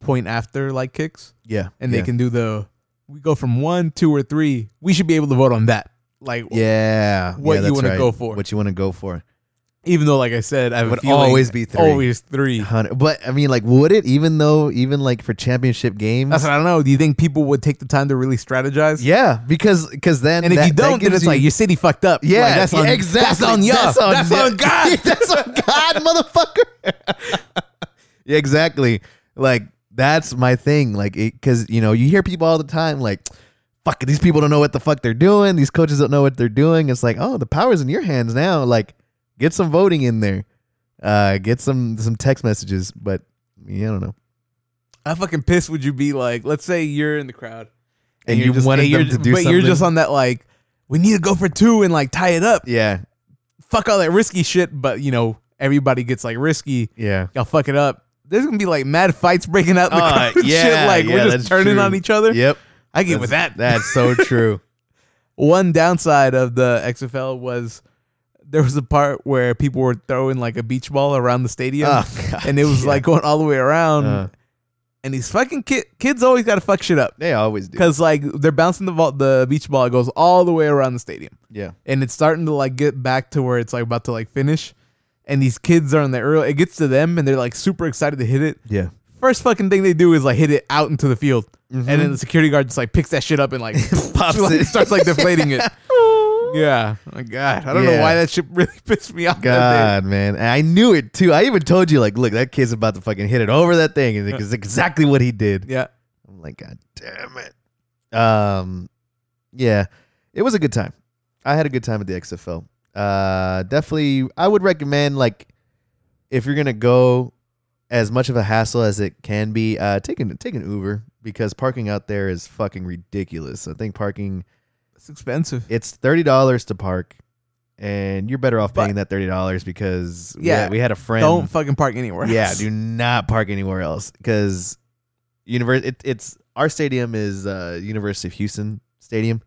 [SPEAKER 2] point after like kicks
[SPEAKER 1] Yeah.
[SPEAKER 2] and
[SPEAKER 1] yeah.
[SPEAKER 2] they can do the we go from one two or three we should be able to vote on that like
[SPEAKER 1] Yeah.
[SPEAKER 2] what
[SPEAKER 1] yeah,
[SPEAKER 2] you
[SPEAKER 1] that's
[SPEAKER 2] wanna
[SPEAKER 1] right.
[SPEAKER 2] go for.
[SPEAKER 1] What you want to go for.
[SPEAKER 2] even though like i said i
[SPEAKER 1] It
[SPEAKER 2] have a
[SPEAKER 1] would
[SPEAKER 2] feeling
[SPEAKER 1] always be three.
[SPEAKER 2] always three
[SPEAKER 1] Hundred- But I mean, like, would it? Even though, even like for championship games,
[SPEAKER 2] that's what i don't know do you think people would take the time to really strategize
[SPEAKER 1] yeah, because because then
[SPEAKER 2] and if
[SPEAKER 1] that-
[SPEAKER 2] you
[SPEAKER 1] that
[SPEAKER 2] don't then
[SPEAKER 1] gives
[SPEAKER 2] it's
[SPEAKER 1] you-
[SPEAKER 2] like your city fucked up
[SPEAKER 1] yeah,
[SPEAKER 2] Like, that's
[SPEAKER 1] yeah,
[SPEAKER 2] on,
[SPEAKER 1] exactly.
[SPEAKER 2] that's on you that's on,
[SPEAKER 1] ya.
[SPEAKER 2] god
[SPEAKER 1] that's on God, motherfucker. yeah, exactly. Like that's my thing. Like, because you know, you hear people all the time, like. Fuck, these people don't know what the fuck they're doing. These coaches don't know what they're doing. It's like, oh, the power's in your hands now. Like, get some voting in there. Uh, get some some text messages. But yeah, I don't know.
[SPEAKER 2] how fucking pissed would you be like let's say you're in the crowd
[SPEAKER 1] And
[SPEAKER 2] you're
[SPEAKER 1] you wanted
[SPEAKER 2] and you're
[SPEAKER 1] them to
[SPEAKER 2] just-
[SPEAKER 1] do
[SPEAKER 2] but you're just
[SPEAKER 1] something.
[SPEAKER 2] on that like we need to go for two and like tie it up
[SPEAKER 1] Yeah,
[SPEAKER 2] fuck all that risky shit, but you know, everybody gets like risky.
[SPEAKER 1] yeah.
[SPEAKER 2] Y'all fuck it up. There's gonna be like mad fights breaking out in the
[SPEAKER 1] Uh,
[SPEAKER 2] crowd and
[SPEAKER 1] yeah,
[SPEAKER 2] shit. Like
[SPEAKER 1] yeah,
[SPEAKER 2] we're
[SPEAKER 1] that's
[SPEAKER 2] just turning
[SPEAKER 1] true.
[SPEAKER 2] on each other.
[SPEAKER 1] Yep.
[SPEAKER 2] I get with that.
[SPEAKER 1] That's so true.
[SPEAKER 2] One downside of the XFL was there was a part where people were throwing like a beach ball around the stadium,
[SPEAKER 1] Oh, God.
[SPEAKER 2] and it was
[SPEAKER 1] Yeah.
[SPEAKER 2] like going all the way around.
[SPEAKER 1] Uh.
[SPEAKER 2] and these fucking ki- kids always gotta fuck shit up
[SPEAKER 1] They always do.
[SPEAKER 2] because like they're bouncing the ball, the beach ball it goes all the way around the stadium.
[SPEAKER 1] Yeah.
[SPEAKER 2] and it's starting to like get back to where it's like about to like finish and these kids are in the early it gets to them and they're like super excited to hit it
[SPEAKER 1] Yeah.
[SPEAKER 2] first fucking thing they do is like hit it out into the field and then the security guard just like picks that shit up and like
[SPEAKER 1] Mm-hmm. Pops
[SPEAKER 2] like,
[SPEAKER 1] it.
[SPEAKER 2] starts like deflating it yeah my god i don't know
[SPEAKER 1] Yeah.
[SPEAKER 2] why that shit really pissed me off that day.
[SPEAKER 1] God, man. And I knew it too. I even told you, like, look, that kid's about to fucking hit it over that thing. And it's exactly what he did.
[SPEAKER 2] yeah
[SPEAKER 1] I'm like, God damn it. Um, yeah, it was a good time. I had a good time at the XFL. Uh, definitely, I would recommend like if you're gonna go as much of a hassle as it can be, uh, take an take an Uber because parking out there is fucking ridiculous. I think parking
[SPEAKER 2] it's expensive
[SPEAKER 1] it's thirty dollars to park, and you're better off
[SPEAKER 2] But-
[SPEAKER 1] paying that thirty dollars because we
[SPEAKER 2] Yeah,
[SPEAKER 1] had- we had a friend.
[SPEAKER 2] Don't fucking park anywhere.
[SPEAKER 1] yeah,
[SPEAKER 2] else.
[SPEAKER 1] do not park anywhere else because univers- it, it's our stadium is uh, University of Houston Stadium,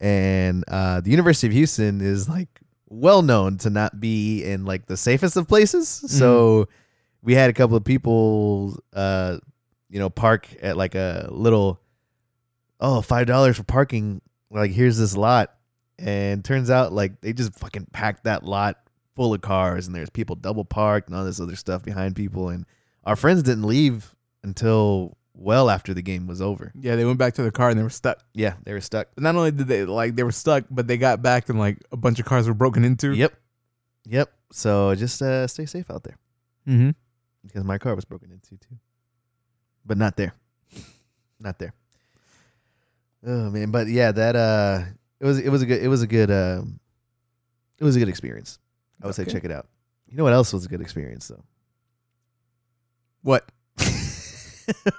[SPEAKER 1] and uh, the University of Houston is like well known to not be in like the safest of places.
[SPEAKER 2] Mm-hmm.
[SPEAKER 1] So we had a couple of people, uh, you know, park at like a little oh five dollars for parking. Like here's this lot, and turns out like they just fucking packed that lot full of cars and there's people double parked and all this other stuff behind people and our friends didn't leave until well after the game was over
[SPEAKER 2] Yeah, they went back to their car and they were stuck.
[SPEAKER 1] yeah they were stuck
[SPEAKER 2] But not only did they like they were stuck, but they got back and like a bunch of cars were broken into.
[SPEAKER 1] yep yep so just uh, stay safe out there
[SPEAKER 2] Mm-hmm.
[SPEAKER 1] because my car was broken into too but not there not there oh man but yeah that uh it was it was a good it was a good um it was a good experience i would say
[SPEAKER 2] Okay.
[SPEAKER 1] check it out you know what else was a good experience though
[SPEAKER 2] What?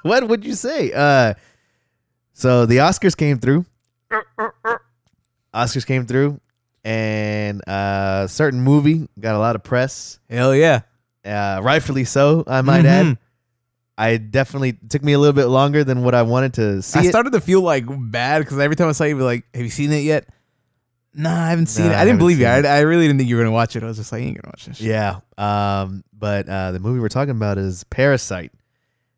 [SPEAKER 1] what would you say? Uh, so the Oscars came through. Oscars came through, and uh, a certain movie got a lot of press.
[SPEAKER 2] Hell yeah!
[SPEAKER 1] Uh, rightfully so, I might add.
[SPEAKER 2] Mhm.
[SPEAKER 1] I definitely took me a little bit longer than what I wanted to see.
[SPEAKER 2] I
[SPEAKER 1] it.
[SPEAKER 2] started to feel like bad because every time I saw you, you'd be like, "Have you seen it yet?" Nah, I haven't seen
[SPEAKER 1] Nah,
[SPEAKER 2] it.
[SPEAKER 1] I
[SPEAKER 2] I didn't
[SPEAKER 1] haven't
[SPEAKER 2] believe you.
[SPEAKER 1] seen
[SPEAKER 2] I,
[SPEAKER 1] it.
[SPEAKER 2] I really didn't think you were gonna watch it. I was just like, "You ain't gonna watch this." shit."
[SPEAKER 1] Yeah. Um, but uh, the movie we're talking about is Parasite.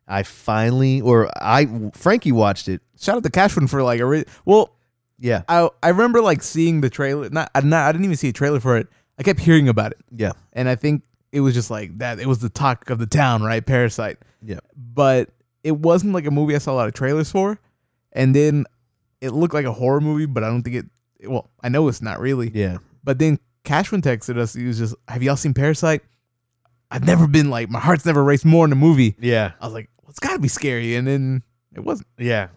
[SPEAKER 1] I finally, or I, Frankie watched it.
[SPEAKER 2] Shout out to Cashman for like a re- well.
[SPEAKER 1] Yeah.
[SPEAKER 2] I I remember like seeing the trailer. Not I, not I didn't even see a trailer for it. I kept hearing about it,
[SPEAKER 1] Yeah.
[SPEAKER 2] and I think it was just like that. It was the talk of the town, right? Parasite.
[SPEAKER 1] Yeah.
[SPEAKER 2] But it wasn't like a movie I saw a lot of trailers for, and then it looked like a horror movie, but I don't think it. Well, I know it's not really.
[SPEAKER 1] Yeah.
[SPEAKER 2] But then Cashman texted us. He was just, "Have y'all seen Parasite? I've never been like my heart's never raced more in a movie."
[SPEAKER 1] Yeah.
[SPEAKER 2] I was like, well, "It's got to be scary," and then it wasn't.
[SPEAKER 1] Yeah.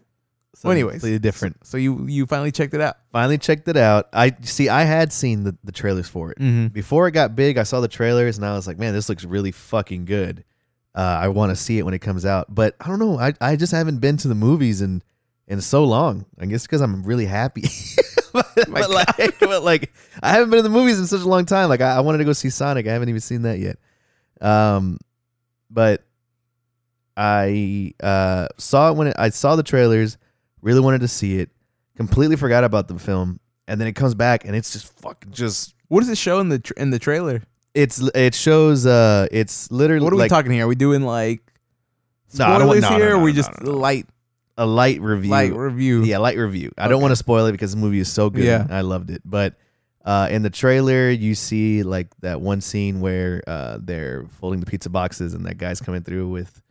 [SPEAKER 1] So
[SPEAKER 2] Well, anyways.
[SPEAKER 1] completely different.
[SPEAKER 2] So you you finally checked it out.
[SPEAKER 1] finally checked it out. I see I had seen the, the trailers for it.
[SPEAKER 2] Mm-hmm.
[SPEAKER 1] Before it got big, I saw the trailers and I was like, man, this looks really fucking good. Uh, I want to see it when it comes out. But I don't know. I, I just haven't been to the movies in, in so long. I guess because I'm really happy. but, but like, but like, I haven't been to the movies in such a long time. Like, I, I wanted to go see Sonic. I haven't even seen that yet. Um, but I uh, saw it when it, I saw the trailers, really wanted to see it, completely forgot about the film, and then it comes back and it's just fucking just
[SPEAKER 2] What does it show in the tr in the trailer?
[SPEAKER 1] it's it shows uh it's literally
[SPEAKER 2] What are we
[SPEAKER 1] like
[SPEAKER 2] talking here? Are we doing like
[SPEAKER 1] No, I
[SPEAKER 2] spoilers
[SPEAKER 1] don't want- no, no,
[SPEAKER 2] here? or
[SPEAKER 1] no,
[SPEAKER 2] we
[SPEAKER 1] no,
[SPEAKER 2] just
[SPEAKER 1] no, no.
[SPEAKER 2] light
[SPEAKER 1] a light review.
[SPEAKER 2] light review?
[SPEAKER 1] Yeah, light review. I don't
[SPEAKER 2] Okay.
[SPEAKER 1] want to spoil it because the movie is so good.
[SPEAKER 2] Yeah.
[SPEAKER 1] I loved it. But uh, in the trailer, you see like that one scene where uh, they're folding the pizza boxes and that guy's coming through with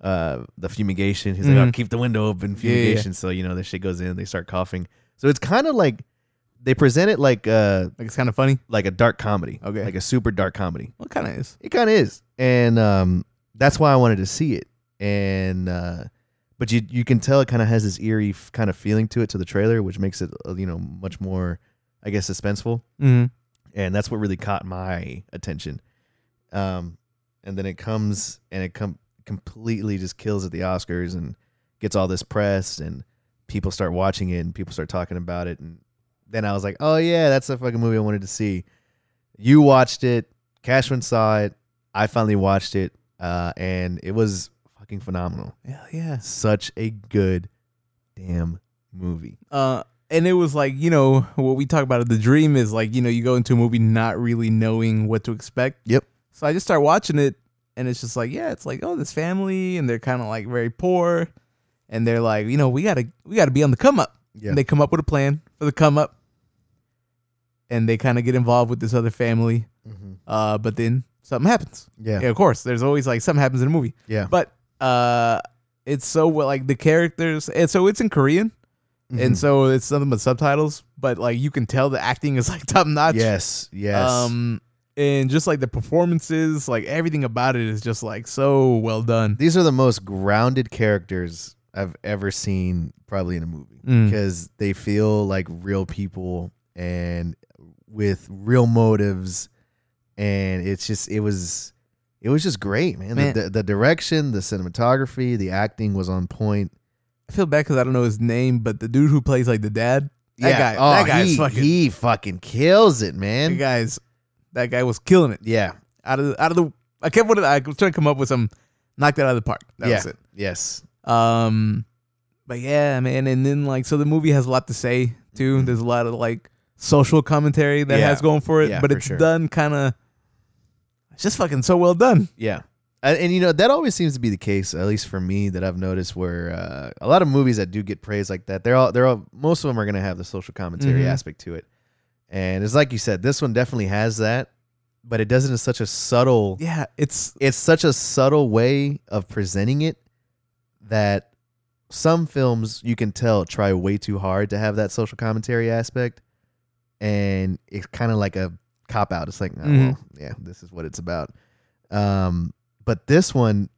[SPEAKER 1] uh, the fumigation. He's like,
[SPEAKER 2] Mhm.
[SPEAKER 1] "I'll keep the window open,
[SPEAKER 2] Yeah, yeah, yeah.
[SPEAKER 1] fumigation." So you know, the shit goes in. They start coughing. So it's kind of like they present it like uh
[SPEAKER 2] Like it's kind of funny.
[SPEAKER 1] like a dark comedy,
[SPEAKER 2] Okay.
[SPEAKER 1] like a super dark comedy.
[SPEAKER 2] What kind of is?
[SPEAKER 1] It kind of is, and um, that's why I wanted to see it. And uh, but you you can tell it kind of has this eerie f- kind of feeling to it to the trailer, which makes it uh, you know much more, I guess, suspenseful.
[SPEAKER 2] Mm-hmm.
[SPEAKER 1] And that's what really caught my attention. Um, and then it comes and it com- completely just kills at the Oscars and gets all this press and people start watching it and people start talking about it and then I was like, oh yeah, that's the fucking movie I wanted to see. You watched it, Cashman saw it, I finally watched it, uh, and it was fucking phenomenal.
[SPEAKER 2] Hell yeah.
[SPEAKER 1] Such a good damn movie.
[SPEAKER 2] Uh, and it was like you know what we talk about. The dream is like you know you go into a movie not really knowing what to expect.
[SPEAKER 1] Yep.
[SPEAKER 2] So I just start watching it, and it's just like yeah, it's like oh this family, and they're kind of like very poor, and they're like you know we gotta we gotta be on the come up.
[SPEAKER 1] Yeah.
[SPEAKER 2] And they come up with a plan for the come up, and they kind of get involved with this other family. Uh, but then something happens.
[SPEAKER 1] Mm-hmm. Yeah.
[SPEAKER 2] Yeah, of course. There's always like something happens in a movie.
[SPEAKER 1] Yeah.
[SPEAKER 2] But uh, it's so well, like the characters, and so it's in Korean,
[SPEAKER 1] Mm-hmm.
[SPEAKER 2] and so it's nothing but subtitles. But like you can tell the acting is like top notch.
[SPEAKER 1] yes, yes.
[SPEAKER 2] Um, and just like the performances, like everything about it is just like so well done.
[SPEAKER 1] These are the most grounded characters I've ever seen, probably in a movie,
[SPEAKER 2] Mm.
[SPEAKER 1] because they feel like real people and with real motives, and it's just it was it was just great, man.
[SPEAKER 2] Man.
[SPEAKER 1] The, the, the direction, the cinematography, the acting was on point.
[SPEAKER 2] I feel bad because I don't know his name, but the dude who plays like the dad, That guy-
[SPEAKER 1] Oh,
[SPEAKER 2] that guy is
[SPEAKER 1] he,
[SPEAKER 2] fucking-
[SPEAKER 1] he fucking kills it,
[SPEAKER 2] That
[SPEAKER 1] man.
[SPEAKER 2] guy's that guy was killing it.
[SPEAKER 1] yeah.
[SPEAKER 2] Out of the, out of the I kept wanting I was trying to come up with some knocked it out of the park. That
[SPEAKER 1] yeah.
[SPEAKER 2] was it.
[SPEAKER 1] Yes.
[SPEAKER 2] Um, but yeah, man, and then like so the movie has a lot to say too. There's a lot of like social commentary that
[SPEAKER 1] Mm-hmm. Yeah.
[SPEAKER 2] has going for it,
[SPEAKER 1] Yeah,
[SPEAKER 2] but
[SPEAKER 1] for
[SPEAKER 2] it's
[SPEAKER 1] sure.
[SPEAKER 2] done kind of. It's just fucking so well done.
[SPEAKER 1] Yeah. And, and you know that always seems to be the case, at least for me, that I've noticed. Where uh, a lot of movies that do get praised like that, they're all they're all most of them are going to have the social commentary
[SPEAKER 2] Mhm.
[SPEAKER 1] aspect to it, and it's like you said, this one definitely has that, but it does it in such a subtle,
[SPEAKER 2] Yeah, it's
[SPEAKER 1] it's such a subtle way of presenting it that some films you can tell try way too hard to have that social commentary aspect, and it's kind of like a cop out. It's like, oh,
[SPEAKER 2] Mhm.
[SPEAKER 1] well, yeah, this is what it's about. Um, but this one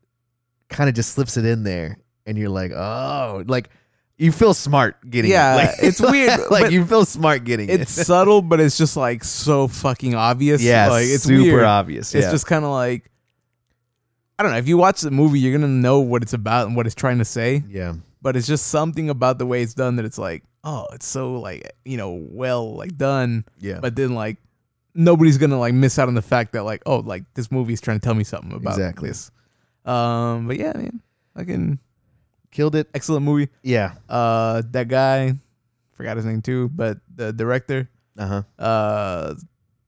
[SPEAKER 1] kind of just slips it in there, and you're like, oh, like you feel smart getting. it.
[SPEAKER 2] Yeah,
[SPEAKER 1] Like-
[SPEAKER 2] it's weird,
[SPEAKER 1] like
[SPEAKER 2] but
[SPEAKER 1] you feel smart getting it.
[SPEAKER 2] it's subtle, but it's just like so fucking obvious.
[SPEAKER 1] yeah,
[SPEAKER 2] like it's
[SPEAKER 1] super
[SPEAKER 2] weird.
[SPEAKER 1] obvious.
[SPEAKER 2] It's
[SPEAKER 1] yeah.
[SPEAKER 2] just kind of like I don't know. If you watch the movie, you're gonna know what it's about and what it's trying to say.
[SPEAKER 1] yeah,
[SPEAKER 2] But it's just something about the way it's done that it's like, oh, it's so like you know well like done.
[SPEAKER 1] yeah,
[SPEAKER 2] but then like nobody's gonna like miss out on the fact that like oh like this movie's trying to tell me something about
[SPEAKER 1] Exactly. Mm.
[SPEAKER 2] this. Um, but yeah, man, fucking
[SPEAKER 1] killed it.
[SPEAKER 2] excellent movie.
[SPEAKER 1] Yeah,
[SPEAKER 2] Uh, that guy, forgot his name too, but the director,
[SPEAKER 1] uh huh.
[SPEAKER 2] uh,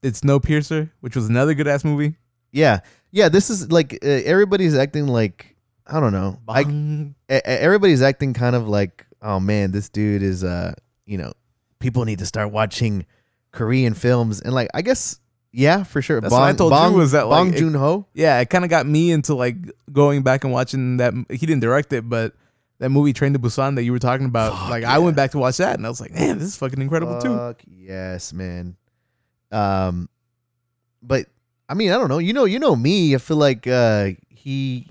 [SPEAKER 2] it's No Piercer, which was another good ass movie.
[SPEAKER 1] Yeah, yeah. This is like uh, everybody's acting like I don't know. Like
[SPEAKER 2] Bong.
[SPEAKER 1] e- e- everybody's acting kind of like, oh man, this dude is uh, you know, people need to start watching Korean films, and like I guess yeah, for sure.
[SPEAKER 2] That's what I told
[SPEAKER 1] Bong,
[SPEAKER 2] you was that, like,
[SPEAKER 1] Bong
[SPEAKER 2] it-
[SPEAKER 1] Joon Ho?
[SPEAKER 2] yeah, it kind of got me into like going back and watching that. m- He didn't direct it, but. That movie Train to Busan that you were talking about,
[SPEAKER 1] Fuck,
[SPEAKER 2] like
[SPEAKER 1] yeah.
[SPEAKER 2] I went back to watch that and I was like, man, this is fucking incredible too.
[SPEAKER 1] Fuck yes, man. Um, but I mean, I don't know. You know, you know me. I feel like uh, he.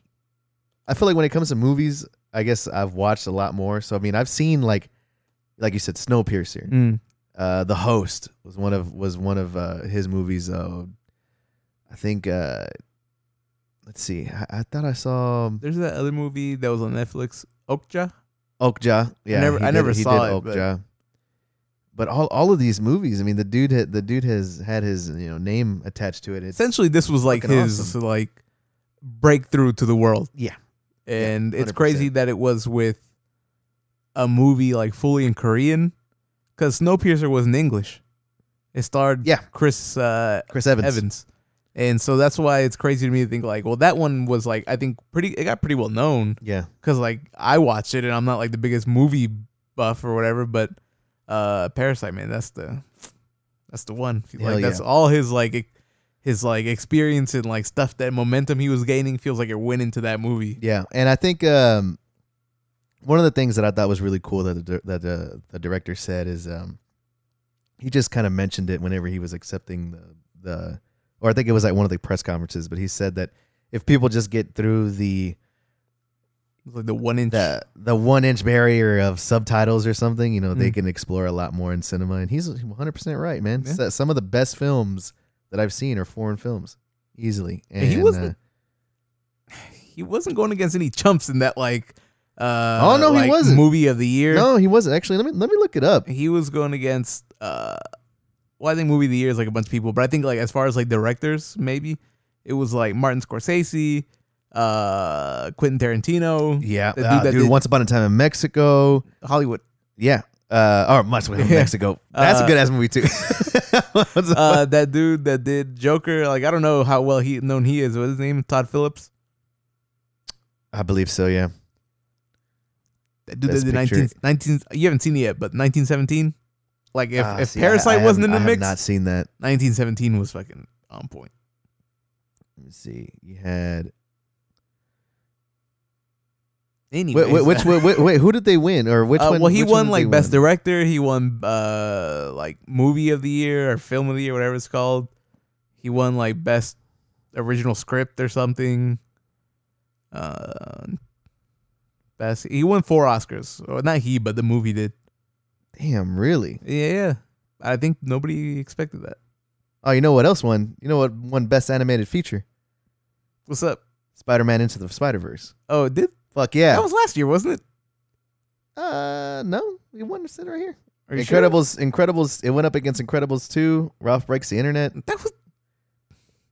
[SPEAKER 1] I feel like when it comes to movies, I guess I've watched a lot more. So I mean, I've seen like, like you said, Snowpiercer.
[SPEAKER 2] Mm.
[SPEAKER 1] Uh, the host was one of was one of uh, his movies. Uh, I think. Uh, let's see. I, I thought I saw um,
[SPEAKER 2] There's that other movie that was on Netflix, Okja.
[SPEAKER 1] Okja. Yeah,
[SPEAKER 2] never-
[SPEAKER 1] he
[SPEAKER 2] I never
[SPEAKER 1] did, he
[SPEAKER 2] saw
[SPEAKER 1] did
[SPEAKER 2] it, but-
[SPEAKER 1] Okja. But all, all of these movies, I mean, the dude had, the dude has had his you know name attached to it. It's
[SPEAKER 2] Essentially, this was like
[SPEAKER 1] Fucking
[SPEAKER 2] his
[SPEAKER 1] awesome.
[SPEAKER 2] like breakthrough to the world.
[SPEAKER 1] Yeah.
[SPEAKER 2] and
[SPEAKER 1] Yeah,
[SPEAKER 2] it's crazy
[SPEAKER 1] 100%.
[SPEAKER 2] that it was with a movie like fully in Korean, because Snowpiercer was in English. It starred
[SPEAKER 1] Yeah.
[SPEAKER 2] Chris uh,
[SPEAKER 1] Chris Evans.
[SPEAKER 2] Evans. and so that's why it's crazy to me to think like, well, that one was like I think pretty it got pretty well known
[SPEAKER 1] Yeah,
[SPEAKER 2] because like I watched it and I'm not like the biggest movie buff or whatever, but uh Parasite man, that's the that's the one. Like
[SPEAKER 1] Hell
[SPEAKER 2] that's
[SPEAKER 1] yeah.
[SPEAKER 2] all his like ex- his like experience and like stuff that momentum he was gaining feels like it went into that movie.
[SPEAKER 1] yeah. And I think um, one of the things that I thought was really cool that the dir- that the, the director said is um, he just kind of mentioned it whenever he was accepting the the, or I think it was at one of the press conferences. But he said that if people just get through the
[SPEAKER 2] It was like the one inch.
[SPEAKER 1] the the one inch barrier of subtitles or something, you know, they can explore a lot more in cinema. And he's 100 percent right, man.
[SPEAKER 2] Mm. Yeah.
[SPEAKER 1] So- Some of the best films that I've seen are foreign films, easily. And,
[SPEAKER 2] And he wasn't-
[SPEAKER 1] uh,
[SPEAKER 2] He wasn't going against any chumps in that like uh
[SPEAKER 1] Oh, no, he
[SPEAKER 2] like,
[SPEAKER 1] wasn't.
[SPEAKER 2] movie of the year.
[SPEAKER 1] no, he wasn't actually. Let me let me look it up.
[SPEAKER 2] He was going against uh well, I think movie of the year is like a bunch of people, but I think like as far as like directors, maybe it was like Martin Scorsese, uh Quentin Tarantino,
[SPEAKER 1] Yeah,
[SPEAKER 2] The dude
[SPEAKER 1] uh,
[SPEAKER 2] that
[SPEAKER 1] dude.
[SPEAKER 2] did-
[SPEAKER 1] Once upon a time in Mexico.
[SPEAKER 2] Hollywood.
[SPEAKER 1] Yeah. Uh, or much in
[SPEAKER 2] Yeah.
[SPEAKER 1] Mexico. That's a
[SPEAKER 2] Uh,
[SPEAKER 1] good ass movie too. Once-
[SPEAKER 2] Uh, that dude that did Joker, like I don't know how well he known he is. What's his name? Todd Phillips.
[SPEAKER 1] I believe so. Yeah.
[SPEAKER 2] That dude
[SPEAKER 1] Best
[SPEAKER 2] that did 19, 19 You haven't seen it yet, but nineteen seventeen. Like if,
[SPEAKER 1] Ah,
[SPEAKER 2] if
[SPEAKER 1] see, I-
[SPEAKER 2] Parasite
[SPEAKER 1] I
[SPEAKER 2] wasn't in
[SPEAKER 1] haven't- I
[SPEAKER 2] the
[SPEAKER 1] have
[SPEAKER 2] mix,
[SPEAKER 1] not seen that.
[SPEAKER 2] nineteen seventeen was fucking on point.
[SPEAKER 1] Let me see. You had
[SPEAKER 2] Anyways,
[SPEAKER 1] wait, wait, which wait, wait, wait, who did they win or which
[SPEAKER 2] uh,
[SPEAKER 1] one?
[SPEAKER 2] well, he
[SPEAKER 1] which one
[SPEAKER 2] won
[SPEAKER 1] did
[SPEAKER 2] like
[SPEAKER 1] they
[SPEAKER 2] best
[SPEAKER 1] win?
[SPEAKER 2] director. He won uh like movie of the year or film of the year, whatever it's called. He won like best original script or something. Uh, best. He won four Oscars. Well, not he, but the movie did.
[SPEAKER 1] Damn, really?
[SPEAKER 2] Yeah, yeah. I think nobody expected that.
[SPEAKER 1] Oh, you know what else won? You know what won Best Animated Feature?
[SPEAKER 2] What's up?
[SPEAKER 1] Spider Man Into the Spider Verse.
[SPEAKER 2] Oh, it did
[SPEAKER 1] Fuck yeah.
[SPEAKER 2] that was last year, wasn't it?
[SPEAKER 1] uh, no, it won it right here.
[SPEAKER 2] Are you sure?
[SPEAKER 1] Incredibles, Incredibles. It went up against Incredibles two. Ralph breaks the internet.
[SPEAKER 2] That was.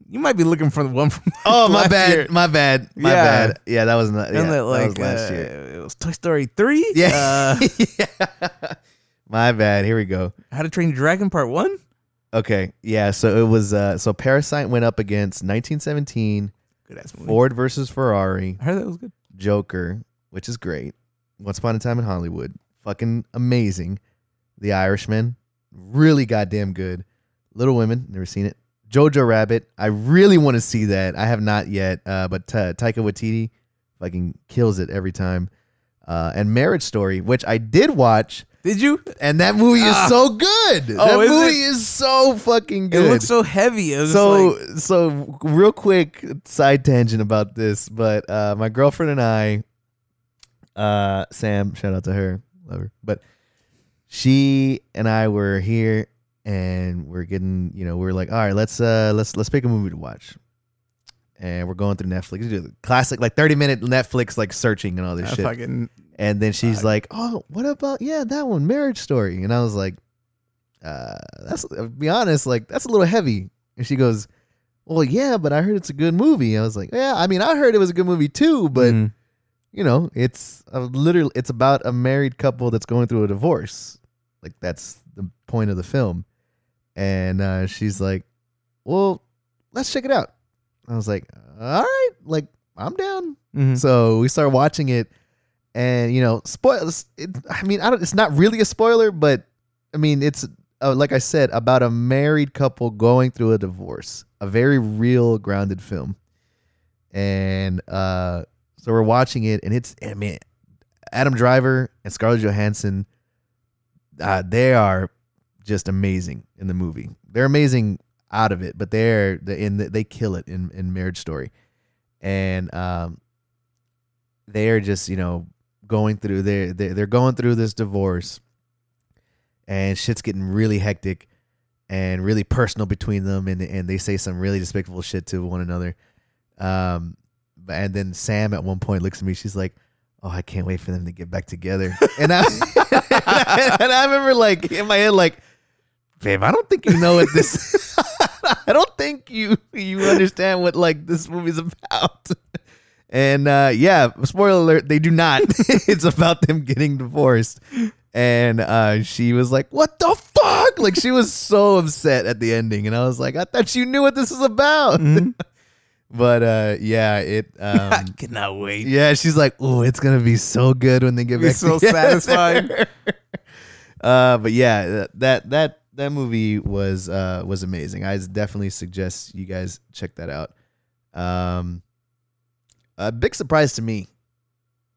[SPEAKER 2] You might be looking for the one from.
[SPEAKER 1] Oh my
[SPEAKER 2] last
[SPEAKER 1] bad,
[SPEAKER 2] year.
[SPEAKER 1] my bad, my
[SPEAKER 2] Yeah.
[SPEAKER 1] bad. Yeah, that was not. Yeah,
[SPEAKER 2] and that, like
[SPEAKER 1] that was last
[SPEAKER 2] uh,
[SPEAKER 1] year.
[SPEAKER 2] it was Toy Story three.
[SPEAKER 1] Yeah.
[SPEAKER 2] uh,
[SPEAKER 1] Yeah. my bad. Here we go.
[SPEAKER 2] How to Train Your Dragon Part One.
[SPEAKER 1] Okay, yeah. So it was. Uh, so Parasite went up against 1917,
[SPEAKER 2] Good ass movie.
[SPEAKER 1] Ford versus Ferrari,
[SPEAKER 2] I heard that was good.
[SPEAKER 1] Joker, which is great. Once Upon a Time in Hollywood, fucking amazing. The Irishman, really goddamn good. Little Women, never seen it. Jojo Rabbit, I really want to see that. I have not yet, uh, but Ta- Taika Waititi fucking kills it every time. Uh, and Marriage Story, which I did watch,
[SPEAKER 2] Did you?
[SPEAKER 1] and that movie is
[SPEAKER 2] Ah.
[SPEAKER 1] so good. that
[SPEAKER 2] is it?
[SPEAKER 1] movie is so fucking good
[SPEAKER 2] It looked so heavy. It was
[SPEAKER 1] so
[SPEAKER 2] like,
[SPEAKER 1] so real quick side tangent about this but uh my girlfriend and i uh sam shout out to her love her but she and i were here and we're getting you know we're like all right let's uh let's let's pick a movie to watch and we're going through netflix do the classic like 30 minute netflix like searching and all this
[SPEAKER 2] I
[SPEAKER 1] shit
[SPEAKER 2] fucking
[SPEAKER 1] and then she's like, "Oh, what about yeah that one, Marriage Story?" And I was like, uh, "That's I'll be honest, like that's a little heavy." And she goes, "Well, yeah, but I heard it's a good movie." I was like, "Yeah, I mean, I heard it was a good movie too, but
[SPEAKER 2] Mm.
[SPEAKER 1] you know, it's a literally it's about a married couple that's going through a divorce. Like that's the point of the film." And uh, she's like, "Well, let's check it out." I was like, "All right, like I'm down."
[SPEAKER 2] Mhm.
[SPEAKER 1] So we start watching it, and you know, spoilers. It, I mean, I don't. It's not really a spoiler, but I mean, it's uh, like I said about a married couple going through a divorce. A very real, grounded film, and uh, so we're watching it, and it's I mean, Adam Driver and Scarlett Johansson, uh, they are just amazing in the movie. They're amazing out of it, but they're the, in the, they kill it in in Marriage Story, and um, they are just you know going through they they're, they're going through this divorce and shit's getting really hectic and really personal between them and and they say some really despicable shit to one another um but- and then Sam at one point looks at me she's like oh I can't wait for them to get back together and I and I remember like in my head like babe I don't think you know what this I don't think you you understand what like this movie's about and uh, yeah, spoiler alert, they do not. it's about them getting divorced. And uh, she was like, What the fuck? Like, she was so upset at the ending. And I was like, I thought you knew what this is about. but uh, yeah, it.
[SPEAKER 2] I
[SPEAKER 1] Um,
[SPEAKER 2] cannot wait.
[SPEAKER 1] yeah, she's like, Oh, it's going to be so good when they get
[SPEAKER 2] Be
[SPEAKER 1] back
[SPEAKER 2] so
[SPEAKER 1] together."
[SPEAKER 2] satisfying.
[SPEAKER 1] Uh, but yeah, th- that that that movie was uh was amazing. I definitely suggest you guys check that out. Um, a big surprise to me,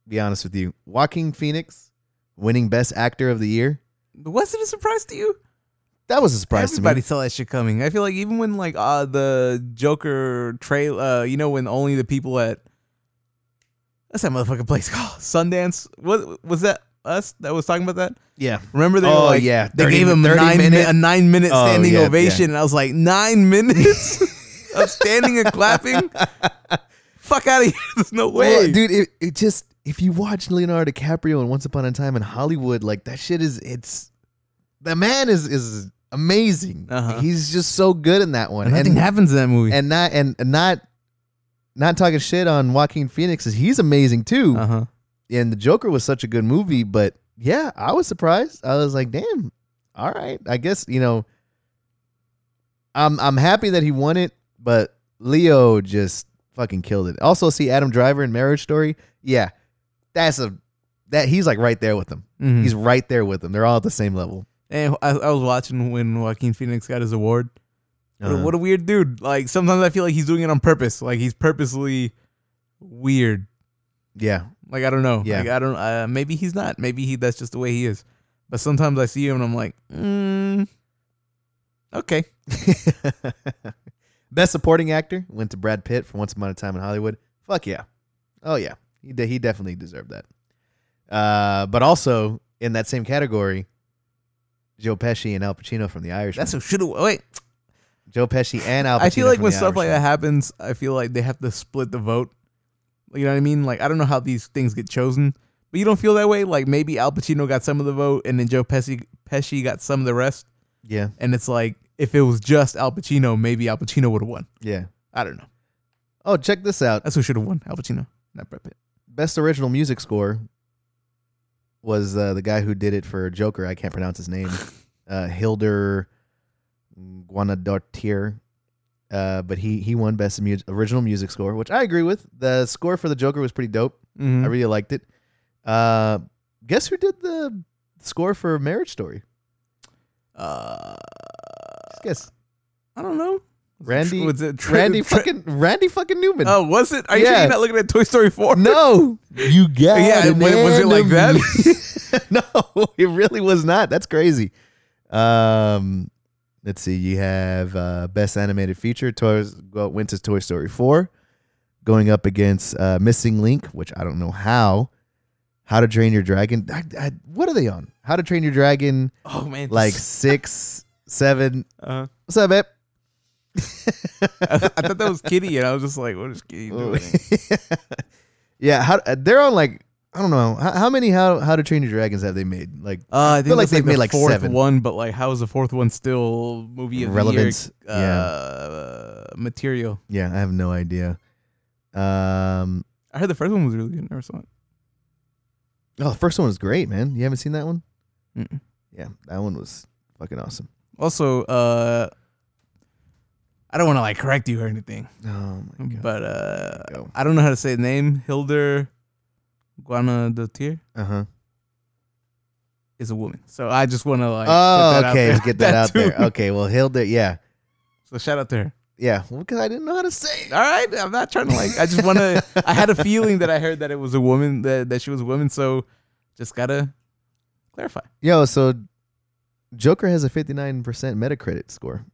[SPEAKER 1] be honest with you. Walking Phoenix winning Best Actor of the Year.
[SPEAKER 2] Was it a surprise to you?
[SPEAKER 1] That was a surprise
[SPEAKER 2] Everybody
[SPEAKER 1] to me.
[SPEAKER 2] saw that shit coming. I feel like even when like uh the Joker trail, uh, you know, when only the people at that's that motherfucking place called Sundance. What was that? Us that was talking about that.
[SPEAKER 1] Yeah.
[SPEAKER 2] Remember they were
[SPEAKER 1] Oh,
[SPEAKER 2] like,
[SPEAKER 1] yeah.
[SPEAKER 2] they
[SPEAKER 1] 30
[SPEAKER 2] gave him a
[SPEAKER 1] 30
[SPEAKER 2] nine minute
[SPEAKER 1] minute-
[SPEAKER 2] a nine minute
[SPEAKER 1] Oh,
[SPEAKER 2] standing
[SPEAKER 1] yeah,
[SPEAKER 2] ovation,
[SPEAKER 1] yeah.
[SPEAKER 2] and I was like nine minutes of standing and clapping. Fuck out of here! There's no way,
[SPEAKER 1] Well, dude, it, it just if you watch Leonardo DiCaprio and Once Upon a Time in Hollywood, like that shit is it's the man is is amazing.
[SPEAKER 2] Uh-huh.
[SPEAKER 1] He's just so good in that one.
[SPEAKER 2] Nothing
[SPEAKER 1] And-
[SPEAKER 2] happens in that movie.
[SPEAKER 1] and not and and not not talking shit on Joaquin Phoenix is he's amazing too.
[SPEAKER 2] uh huh.
[SPEAKER 1] And the Joker was such a good movie, but yeah, I was surprised. I was like, damn, all right, I guess you know. I'm I'm happy that he won it, but Leo just fucking killed it. Also, see Adam Driver in Marriage Story. Yeah, that's a that he's like right there with them.
[SPEAKER 2] Mhm.
[SPEAKER 1] He's right there with them. They're all at the same level.
[SPEAKER 2] And I, I was watching when Joaquin Phoenix got his award. What, a,
[SPEAKER 1] Uh-huh.
[SPEAKER 2] what a weird dude! Like sometimes I feel like he's doing it on purpose. Like he's purposely weird.
[SPEAKER 1] Yeah,
[SPEAKER 2] Like I don't know.
[SPEAKER 1] Yeah.
[SPEAKER 2] Like I don't. Uh, maybe he's not. Maybe he. That's just the way he is. But sometimes I see him and I'm like, mm, okay.
[SPEAKER 1] Best supporting actor went to Brad Pitt for Once Upon a Time in Hollywood. Fuck yeah. Oh yeah. He de- he definitely deserved that. Uh, but also in that same category, Joe Pesci and Al Pacino from The Irishman.
[SPEAKER 2] That's who should have. Wait.
[SPEAKER 1] Joe Pesci and Al Pacino.
[SPEAKER 2] I feel like
[SPEAKER 1] from
[SPEAKER 2] when
[SPEAKER 1] The
[SPEAKER 2] stuff like that
[SPEAKER 1] Irishman.
[SPEAKER 2] happens, I feel like they have to split the vote. You know what I mean? Like I don't know how these things get chosen, but you don't feel that way. Like maybe Al Pacino got some of the vote, and then Joe Pesci Pesci got some of the rest.
[SPEAKER 1] Yeah.
[SPEAKER 2] And it's like if it was just Al Pacino, maybe Al Pacino would have won.
[SPEAKER 1] Yeah.
[SPEAKER 2] I don't know.
[SPEAKER 1] Oh, check this out.
[SPEAKER 2] That's who should have won. Al Pacino, not Brad Pitt.
[SPEAKER 1] Best original music score was uh, the guy who did it for Joker. I can't pronounce his name. Uh, Hilder Guanadartier. Uh, but he he won best mu- original music score, which I agree with. The score for the Joker was pretty dope. I
[SPEAKER 2] Mhm.
[SPEAKER 1] really liked it. Uh, guess who did the score for Marriage Story?
[SPEAKER 2] uh,
[SPEAKER 1] Just guess
[SPEAKER 2] I don't know.
[SPEAKER 1] Randy-
[SPEAKER 2] was it Tra-
[SPEAKER 1] Randy
[SPEAKER 2] Tra-
[SPEAKER 1] fucking Randy fucking Newman.
[SPEAKER 2] Oh, was it? Are you sure
[SPEAKER 1] Yeah.
[SPEAKER 2] you're not looking at Toy Story Four?
[SPEAKER 1] No, you got
[SPEAKER 2] Yeah,
[SPEAKER 1] an
[SPEAKER 2] wa- was it like that?
[SPEAKER 1] enemy. no, it really was not. That's crazy. Um, let's see. You have uh, best animated feature. Toys well, went to Toy Story four, going up against uh, Missing Link, which I don't know how. How to Train Your Dragon. I, I, what are they on? How to Train Your Dragon,
[SPEAKER 2] Oh man,
[SPEAKER 1] like six, seven.
[SPEAKER 2] Uh,
[SPEAKER 1] What's up, Ep?
[SPEAKER 2] I thought that was Kitty, and I was just like, "What is Kitty doing?"
[SPEAKER 1] yeah, how uh, they're on like I don't know how, how many how how to train your dragons have they made like
[SPEAKER 2] Uh, I think
[SPEAKER 1] feel like
[SPEAKER 2] that's,
[SPEAKER 1] they've
[SPEAKER 2] the
[SPEAKER 1] made, like,
[SPEAKER 2] fourth
[SPEAKER 1] seven.
[SPEAKER 2] one, but like, how is the fourth one still movie of
[SPEAKER 1] relevance?
[SPEAKER 2] The year, uh, material.
[SPEAKER 1] yeah, I have no idea. Um,
[SPEAKER 2] I heard the first one was really good. Never saw it.
[SPEAKER 1] oh, the first one was great, man. You haven't seen that one?
[SPEAKER 2] Mm-mm.
[SPEAKER 1] Yeah, that one was fucking awesome.
[SPEAKER 2] Also, uh, I don't want to like correct you or anything,
[SPEAKER 1] Oh my god.
[SPEAKER 2] but uh,
[SPEAKER 1] Go.
[SPEAKER 2] I don't know how to say the name. Hilder Guanadotir
[SPEAKER 1] Uh huh.
[SPEAKER 2] is a woman, so I just want to like. put
[SPEAKER 1] Oh,
[SPEAKER 2] that out
[SPEAKER 1] okay.
[SPEAKER 2] there.
[SPEAKER 1] Just get that, out there.
[SPEAKER 2] too.
[SPEAKER 1] Okay. Well, Hilda. Yeah.
[SPEAKER 2] So shout out to her.
[SPEAKER 1] Yeah. Well, because I didn't know how to say. It.
[SPEAKER 2] All right, I'm not trying to like. I just want to. I had a feeling that I heard that it was a woman that that she was a woman, so just gotta clarify.
[SPEAKER 1] Yo, so Joker has a fifty nine percent Metacritic score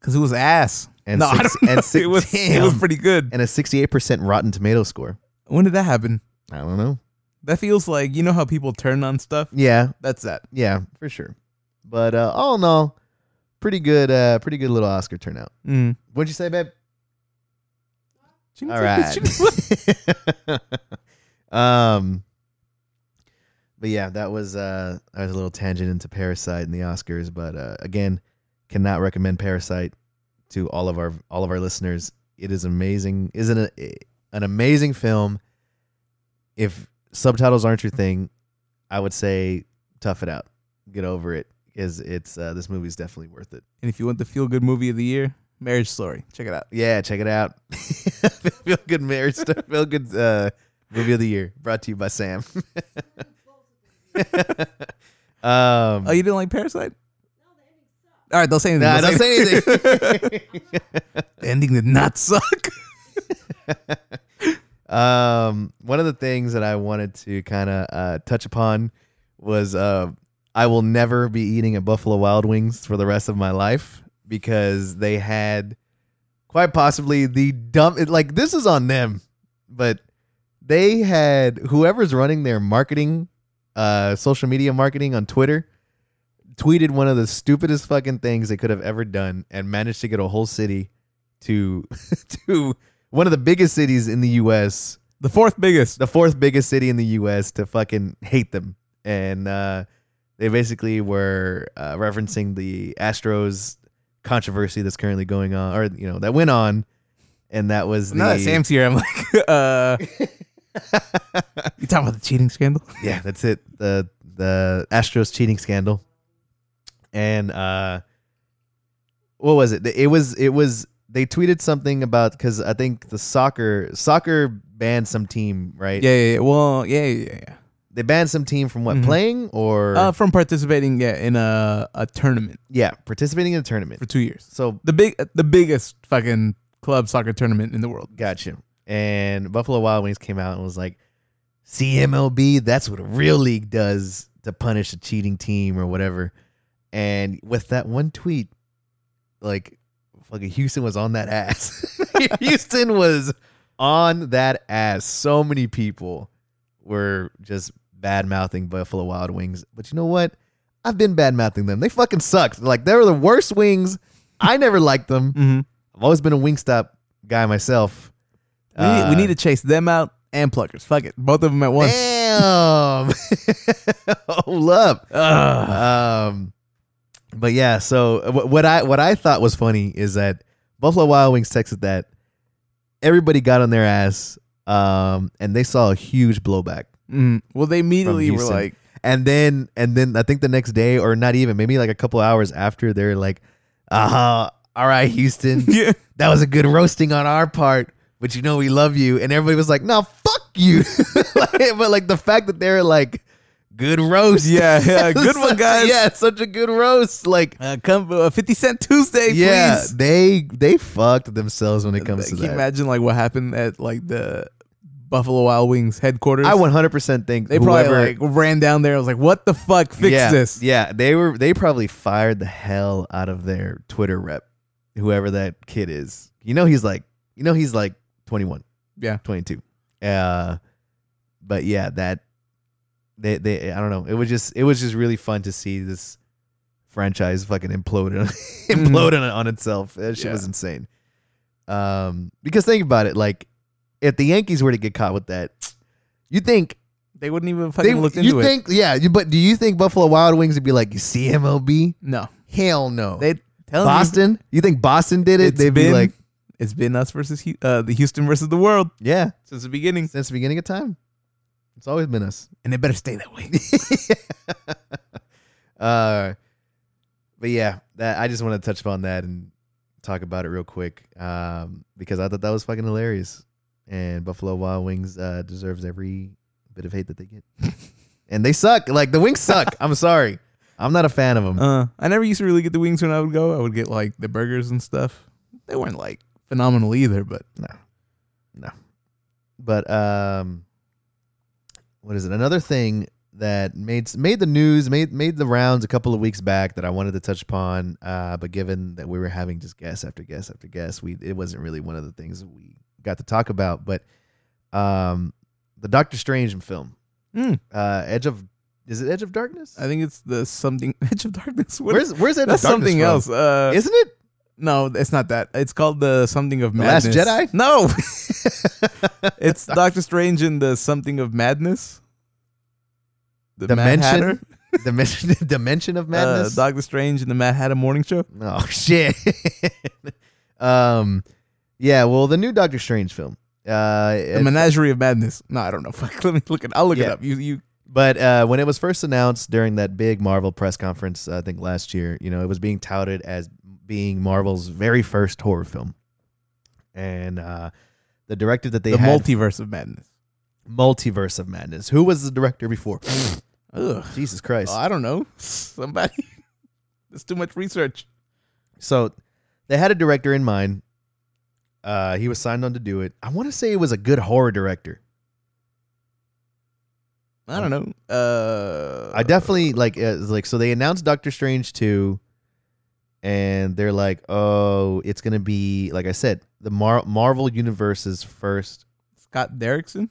[SPEAKER 2] Cause it was ass.
[SPEAKER 1] And
[SPEAKER 2] no, I
[SPEAKER 1] six-
[SPEAKER 2] don't know.
[SPEAKER 1] and six-
[SPEAKER 2] it was it
[SPEAKER 1] damn.
[SPEAKER 2] was pretty good.
[SPEAKER 1] and a sixty eight percent Rotten Tomato score.
[SPEAKER 2] When did that happen?
[SPEAKER 1] I don't know.
[SPEAKER 2] That feels like you know how people turn on stuff.
[SPEAKER 1] Yeah.
[SPEAKER 2] That's that.
[SPEAKER 1] Yeah, for sure. But uh, all in all, pretty good. Uh, pretty good little Oscar turnout.
[SPEAKER 2] Mm.
[SPEAKER 1] What'd you say, babe?
[SPEAKER 2] She
[SPEAKER 1] All
[SPEAKER 2] didn't say- she didn't-
[SPEAKER 1] right. um. But yeah, that was uh, that was a little tangent into Parasite and the Oscars. But uh, again, cannot recommend Parasite to all of our all of our listeners. It is amazing, isn't it? An amazing film. If subtitles aren't your thing, I would say tough it out, get over it. Is it's uh, this movie's definitely worth it.
[SPEAKER 2] and if you want the feel good movie of the year, Marriage Story. Check it out.
[SPEAKER 1] Yeah, check it out. feel good marriage, stuff. feel good uh, movie of the year. Brought to you by Sam. um,
[SPEAKER 2] Oh, you didn't like Parasite? All right, don't say anything.
[SPEAKER 1] nah, don't say anything.
[SPEAKER 2] The ending did not suck.
[SPEAKER 1] um, one of the things that I wanted to kind of uh, touch upon was uh, I will never be eating at Buffalo Wild Wings for the rest of my life because they had quite possibly the dumb. It, like this is on them, but they had whoever's running their marketing, uh, social media marketing on Twitter. Tweeted one of the stupidest fucking things they could have ever done, and managed to get a whole city to to one of the biggest cities in the U.S
[SPEAKER 2] The fourth biggest.
[SPEAKER 1] the fourth biggest city in the U.S. to fucking hate them, and uh, they basically were uh, referencing the Astros controversy that's currently going on, or you know that went on, and that was the
[SPEAKER 2] Now that Sam's here, I'm like, uh, you talking about the cheating scandal?
[SPEAKER 1] yeah, that's it. The the Astros cheating scandal. And uh what was it? It was it was they tweeted something about cuz I think the soccer soccer banned some team, right?
[SPEAKER 2] Yeah, yeah, yeah. Well, yeah, yeah, yeah.
[SPEAKER 1] They banned some team from what
[SPEAKER 2] Mhm.
[SPEAKER 1] playing or
[SPEAKER 2] Uh, from participating yeah, in a, a tournament
[SPEAKER 1] yeah, participating in a tournament.
[SPEAKER 2] for two years.
[SPEAKER 1] So
[SPEAKER 2] The big, the biggest fucking club soccer tournament in the world.
[SPEAKER 1] Gotcha. And Buffalo Wild Wings came out and was like, CMLB, that's what a real league does to punish a cheating team or whatever. And with that one tweet, like fucking Houston was on that ass. Houston was on that ass. So many people were just bad mouthing Buffalo Wild Wings. But you know what? I've been bad mouthing them. They fucking sucked. Like they were the worst wings. I never liked them.
[SPEAKER 2] Mm-hmm.
[SPEAKER 1] I've always been a Wingstop guy myself.
[SPEAKER 2] We, need,
[SPEAKER 1] Uh,
[SPEAKER 2] we need to chase them out and Pluckers. Fuck it, both of them at once.
[SPEAKER 1] Uh, Damn. Hold up. Um, but yeah, so uh, wh- what I what I thought was funny is that Buffalo Wild Wings texted that everybody got on their ass, um, and they saw a huge blowback.
[SPEAKER 2] Mm. Well, they immediately were
[SPEAKER 1] Houston.
[SPEAKER 2] like,
[SPEAKER 1] And then and then I think the next day, or not even, maybe like a couple hours after, they're like, uh huh, all right, Houston,
[SPEAKER 2] "Yeah,
[SPEAKER 1] that was a good roasting on our part, but you know we love you. And everybody was like, no, fuck you. Like, but like the fact that they're like, good roast.
[SPEAKER 2] yeah, yeah, good
[SPEAKER 1] Such-
[SPEAKER 2] one, guys.
[SPEAKER 1] Yeah, such a good roast. Like,
[SPEAKER 2] uh, come uh, Fifty Cent Tuesday,
[SPEAKER 1] yeah,
[SPEAKER 2] please."
[SPEAKER 1] they they fucked themselves when it comes
[SPEAKER 2] Like,
[SPEAKER 1] to
[SPEAKER 2] Can you
[SPEAKER 1] that.
[SPEAKER 2] imagine like what happened at like the Buffalo Wild Wings headquarters?
[SPEAKER 1] I 100% think
[SPEAKER 2] they
[SPEAKER 1] whoever,
[SPEAKER 2] probably like ran down there. I was like, "What the fuck? Fix
[SPEAKER 1] yeah,
[SPEAKER 2] this!"
[SPEAKER 1] Yeah, they were they probably fired the hell out of their Twitter rep, whoever that kid is. You know he's like, you know he's like 21.
[SPEAKER 2] Yeah.
[SPEAKER 1] 22. Uh but yeah, that they they I don't know. It was just it was just really fun to see this franchise fucking implode on implode on, on itself. That shit
[SPEAKER 2] Mm-hmm. Yeah.
[SPEAKER 1] was insane. Um because think about it, like if the Yankees were to get caught with that, you think
[SPEAKER 2] They wouldn't even
[SPEAKER 1] they,
[SPEAKER 2] fucking look into
[SPEAKER 1] you
[SPEAKER 2] it.
[SPEAKER 1] think yeah, you, but do you think Buffalo Wild Wings would be like, you see MLB?
[SPEAKER 2] no,
[SPEAKER 1] Hell no.
[SPEAKER 2] they tell me
[SPEAKER 1] Boston? You think Boston did it?
[SPEAKER 2] It's
[SPEAKER 1] They'd be
[SPEAKER 2] been-
[SPEAKER 1] like,
[SPEAKER 2] it's been us versus Hu- uh, the Houston versus the world
[SPEAKER 1] yeah,
[SPEAKER 2] since the beginning,
[SPEAKER 1] since the beginning of time. It's always been us.
[SPEAKER 2] and it better stay that way.
[SPEAKER 1] uh, but yeah, that I just want to touch upon that and talk about it real quick um, because I thought that was fucking hilarious, and Buffalo Wild Wings uh, deserves every bit of hate that they get, and they suck. Like the wings suck. I'm sorry, I'm not a fan of them.
[SPEAKER 2] Uh, I never used to really get the wings when I would go. I would get like the burgers and stuff. They weren't like phenomenal either, but
[SPEAKER 1] but um, what is it? Another thing that made made the news, made made the rounds a couple of weeks back that I wanted to touch upon. Uh, but given that we were having just guess after guess after guess, we it wasn't really one of the things we got to talk about. But um, the Doctor Strange film,
[SPEAKER 2] Hmm.
[SPEAKER 1] uh, Edge of is it Edge of Darkness?
[SPEAKER 2] I think it's the something Edge of Darkness. What
[SPEAKER 1] where's where's Edge
[SPEAKER 2] that's
[SPEAKER 1] of Darkness
[SPEAKER 2] something
[SPEAKER 1] from?
[SPEAKER 2] else. Uh,
[SPEAKER 1] isn't it?
[SPEAKER 2] no, it's not that. It's called the something of
[SPEAKER 1] The Last
[SPEAKER 2] madness.
[SPEAKER 1] Jedi?
[SPEAKER 2] No, it's Doctor Strange in the something of madness. The Mad Hatter.
[SPEAKER 1] Dimension, dimension, dimension of madness.
[SPEAKER 2] Uh, Doctor Strange in the Mad Hatter Morning Show.
[SPEAKER 1] Oh shit. um, yeah. Well, the new Doctor Strange film. Uh,
[SPEAKER 2] The
[SPEAKER 1] it-
[SPEAKER 2] Menagerie of Madness. No, I don't know. Fuck, let me look it. I'll look it
[SPEAKER 1] Yeah.
[SPEAKER 2] up. You, you.
[SPEAKER 1] but uh, when it was first announced during that big Marvel press conference, I think last year, you know, it was being touted as being Marvel's very first horror film, and uh, the director that they
[SPEAKER 2] the
[SPEAKER 1] had
[SPEAKER 2] multiverse of madness.
[SPEAKER 1] multiverse of madness. Who was the director before?
[SPEAKER 2] Ugh.
[SPEAKER 1] Jesus Christ!
[SPEAKER 2] Oh, I don't know. Somebody. That's too much research.
[SPEAKER 1] So they had a director in mind. Uh, he was signed on to do it. I want to say it was a good horror director.
[SPEAKER 2] I don't know. Uh,
[SPEAKER 1] I definitely like uh, like so they announced Doctor Strange 2 and they're like, "Oh, it's going to be like I said, the Mar- Marvel universe's first
[SPEAKER 2] Scott Derrickson.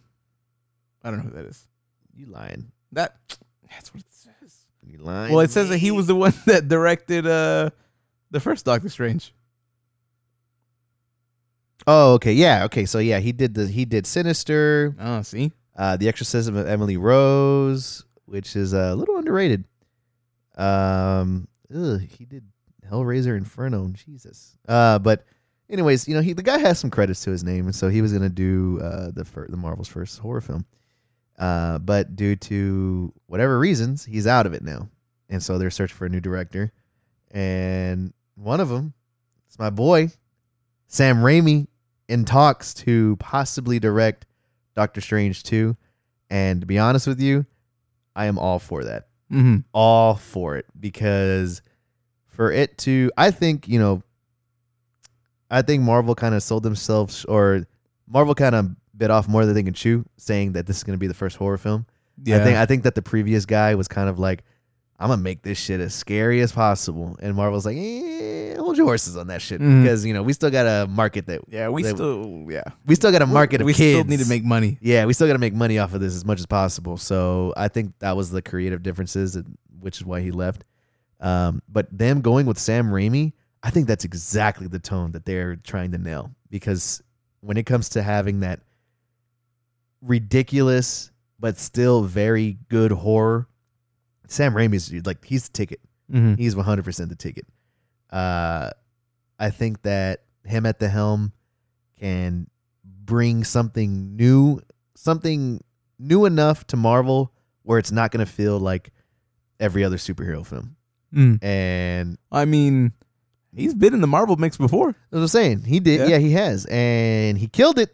[SPEAKER 2] I don't know who that is.
[SPEAKER 1] you lying.
[SPEAKER 2] That. That's what it says.
[SPEAKER 1] You lying.
[SPEAKER 2] Well, it says that he was the one that directed uh, the first Doctor Strange.
[SPEAKER 1] Oh, okay. Yeah, okay. So yeah, he did the he did Sinister,
[SPEAKER 2] Oh, see.
[SPEAKER 1] uh The Exorcism of Emily Rose, which is a little underrated. Um ugh, he did Hellraiser Inferno, Jesus. Uh but anyways, you know, he the guy has some credits to his name, and so he was gonna do uh the fir- the Marvel's first horror film. Uh but due to whatever reasons, he's out of it now. And so they're searching for a new director. And one of them is my boy, Sam Raimi, in talks to possibly direct Doctor Strange 2. And to be honest with you, I am all for that
[SPEAKER 2] Mm-hmm.
[SPEAKER 1] all for it because for it to I think, you know, I think Marvel kind of sold themselves or Marvel kind of bit off more than they can chew saying that this is going to be the first horror film. I think I think that the previous guy was kind of like I'm going to make this shit as scary as possible and Marvel's like, eh, "Hold your horses on that shit
[SPEAKER 2] Mhm.
[SPEAKER 1] because, you know, we still got to market that.
[SPEAKER 2] yeah, we
[SPEAKER 1] that-
[SPEAKER 2] still. Yeah.
[SPEAKER 1] we still got to market
[SPEAKER 2] We
[SPEAKER 1] of kids.
[SPEAKER 2] still need to make money.
[SPEAKER 1] Yeah, we still got to make money off of this as much as possible. So I think that was the creative differences, and- which is why he left. Um, but them going with Sam Raimi, I think that's exactly the tone that they're trying to nail. Because when it comes to having that ridiculous but still very good horror. Sam Raimi's dude, like he's the ticket.
[SPEAKER 2] Mm-hmm.
[SPEAKER 1] He's 100% the ticket. Uh, I think that him at the helm can bring something new, something new enough to Marvel where it's not going to feel like every other superhero film.
[SPEAKER 2] Mm.
[SPEAKER 1] And
[SPEAKER 2] I mean, he's been in the Marvel mix before.
[SPEAKER 1] that's what I'm saying. He did.
[SPEAKER 2] Yeah.
[SPEAKER 1] Yeah. he has. And he killed it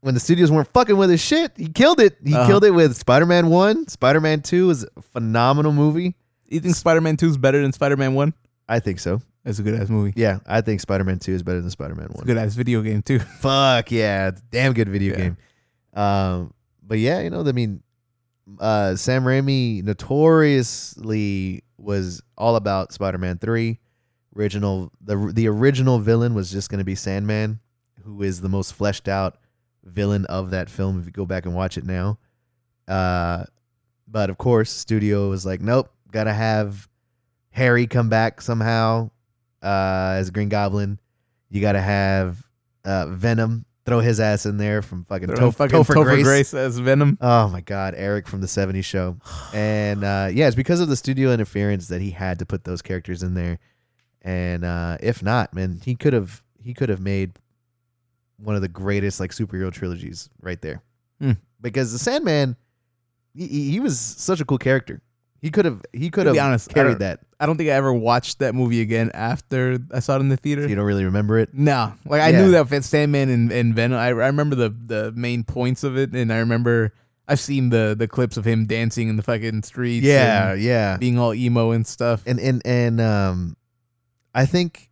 [SPEAKER 1] when the studios weren't fucking with his shit. He killed it. He
[SPEAKER 2] Uh-huh.
[SPEAKER 1] killed it with Spider Man 1. Spider Man 2 is a phenomenal movie.
[SPEAKER 2] You think Spider Man Two is better than Spider Man One?
[SPEAKER 1] I think so.
[SPEAKER 2] That's a good ass movie.
[SPEAKER 1] Yeah, I think Spider Man 2 is better than Spider Man 1.
[SPEAKER 2] Good ass video game too.
[SPEAKER 1] Fuck yeah, it's a damn good video
[SPEAKER 2] Yeah.
[SPEAKER 1] game. Um, but yeah, you know, I mean, uh, Sam Raimi notoriously was all about Spider-Man Three. Original the the original villain was just going to be Sandman, who is the most fleshed out villain of that film. If you go back and watch it now, uh, but of course, studio was like, nope, gotta have Harry come back somehow uh, as Green Goblin. You gotta have uh, Venom throw his ass in there from fucking,
[SPEAKER 2] They're
[SPEAKER 1] Toph-
[SPEAKER 2] on fucking
[SPEAKER 1] Topher,
[SPEAKER 2] Topher
[SPEAKER 1] Grace.
[SPEAKER 2] Grace as Venom.
[SPEAKER 1] Oh my God, Eric from the '70s show, and uh, yeah, it's because of the studio interference that he had to put those characters in there. And uh, if not, man, he could have he could have made one of the greatest like superhero trilogies right there,
[SPEAKER 2] Hmm.
[SPEAKER 1] because the Sandman, he- he, he was such a cool character. He could have he could
[SPEAKER 2] To
[SPEAKER 1] have
[SPEAKER 2] be honest, I
[SPEAKER 1] carried
[SPEAKER 2] don't-
[SPEAKER 1] that.
[SPEAKER 2] I don't think I ever watched that movie again after I saw it in the theater.
[SPEAKER 1] You don't really remember it.
[SPEAKER 2] No, like I
[SPEAKER 1] Yeah.
[SPEAKER 2] knew that Fat Sandman and, and Venom. I, I remember the the main points of it, and I remember I've seen the the clips of him dancing in the fucking streets.
[SPEAKER 1] Yeah,
[SPEAKER 2] and
[SPEAKER 1] yeah.
[SPEAKER 2] being all emo and stuff.
[SPEAKER 1] and and and um i think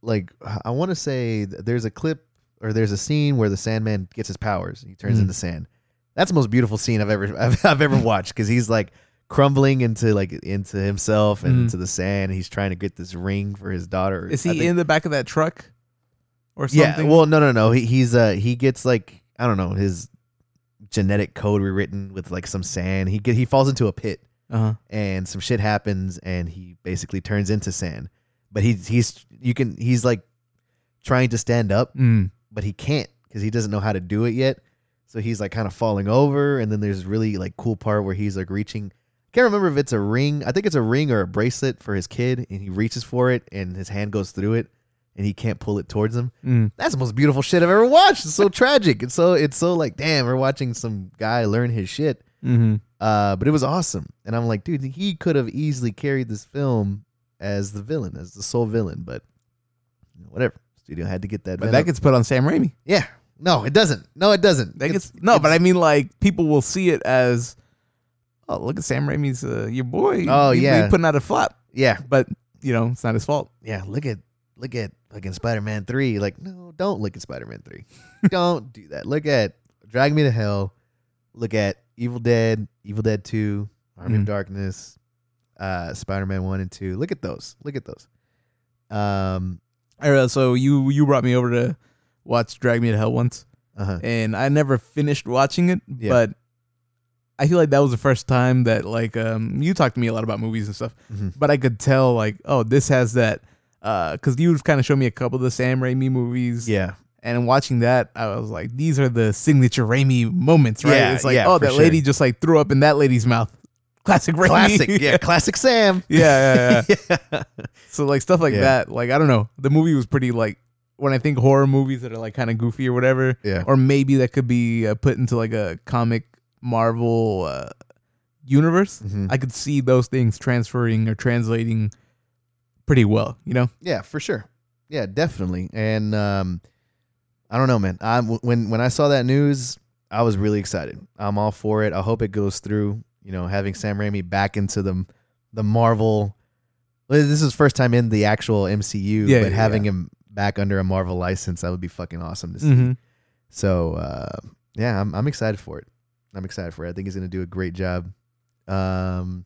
[SPEAKER 1] like i want to say th- there's a clip or there's a scene where the sandman gets his powers he turns
[SPEAKER 2] Mhm.
[SPEAKER 1] into sand that's the most beautiful scene i've ever i've, I've ever watched because he's like crumbling into like into himself and
[SPEAKER 2] Mhm.
[SPEAKER 1] into the sand he's trying to get this ring for his daughter
[SPEAKER 2] Is
[SPEAKER 1] I
[SPEAKER 2] he
[SPEAKER 1] think-
[SPEAKER 2] in the back of that truck or
[SPEAKER 1] yeah
[SPEAKER 2] something?
[SPEAKER 1] well no no no he, he's uh he gets like i don't know his genetic code rewritten with like some sand he get he falls into a pit
[SPEAKER 2] uh-huh.
[SPEAKER 1] and some shit happens and he basically turns into sand but he's he's you can he's like trying to stand up
[SPEAKER 2] Mm.
[SPEAKER 1] but he can't because he doesn't know how to do it yet so he's like kind of falling over and then there's really like cool part where he's like reaching can't remember if it's a ring i think it's a ring or a bracelet for his kid and he reaches for it and his hand goes through it and he can't pull it towards him
[SPEAKER 2] Mm.
[SPEAKER 1] that's the most beautiful shit i've ever watched it's so tragic it's so it's so like damn we're watching some guy learn his shit
[SPEAKER 2] hmm
[SPEAKER 1] uh, but it was awesome. And I'm like, dude, he could have easily carried this film as the villain, as the sole villain, but you know, whatever. Studio had to get that.
[SPEAKER 2] But
[SPEAKER 1] Venom.
[SPEAKER 2] that gets put on Sam Raimi.
[SPEAKER 1] yeah. No, it doesn't. No, it doesn't.
[SPEAKER 2] That
[SPEAKER 1] It's-
[SPEAKER 2] gets no, but I mean like people will see it as, oh look at Sam Raimi's uh, your boy.
[SPEAKER 1] Oh,
[SPEAKER 2] He- he
[SPEAKER 1] yeah.
[SPEAKER 2] putting out a flop,
[SPEAKER 1] yeah,
[SPEAKER 2] but you know it's not his fault.
[SPEAKER 1] yeah. Look at look at fucking Spider Man three. Like, no, don't look at Spider Man three. don't do that. Look at Drag Me to Hell. Look at Evil Dead, Evil Dead two, Army
[SPEAKER 2] Mhm.
[SPEAKER 1] of Darkness, uh, Spider Man one and two. Look at those. Look at those. Um.
[SPEAKER 2] All right, so you you brought me over to watch Drag Me to Hell once.
[SPEAKER 1] Uh huh.
[SPEAKER 2] and I never finished watching it,
[SPEAKER 1] Yeah.
[SPEAKER 2] but I feel like that was the first time that like um you talked to me a lot about movies and stuff,
[SPEAKER 1] Mhm.
[SPEAKER 2] but I could tell like oh this has that uh cuz you've kind of shown me a couple of the Sam Raimi movies
[SPEAKER 1] Yeah.
[SPEAKER 2] and watching that I was like these are the signature Raimi moments, right?
[SPEAKER 1] Yeah,
[SPEAKER 2] it's like
[SPEAKER 1] yeah,
[SPEAKER 2] oh
[SPEAKER 1] for
[SPEAKER 2] that lady
[SPEAKER 1] sure.
[SPEAKER 2] just like threw up in that lady's mouth. Classic Raimi.
[SPEAKER 1] Classic, yeah, classic Sam.
[SPEAKER 2] yeah, yeah, yeah.
[SPEAKER 1] yeah.
[SPEAKER 2] So like stuff like
[SPEAKER 1] Yeah.
[SPEAKER 2] that, like I don't know. The movie was pretty like when I think horror movies that are like kind of goofy or whatever,
[SPEAKER 1] Yeah.
[SPEAKER 2] or maybe that could be uh, put into like a comic Marvel uh, universe.
[SPEAKER 1] Mhm.
[SPEAKER 2] I could see those things transferring or translating pretty well, you know.
[SPEAKER 1] Yeah, for sure. Yeah, definitely. And um, I don't know, man. I when when I saw that news, I was really excited. I'm all for it. I hope it goes through. You know, having Sam Raimi back into the the Marvel. well, This is his first time in the actual MCU,
[SPEAKER 2] Yeah,
[SPEAKER 1] but
[SPEAKER 2] yeah,
[SPEAKER 1] having him back under a Marvel license, that would be fucking awesome to see. So uh, yeah, I'm I'm excited for it. I'm excited for it. I think he's gonna do a great job. Um,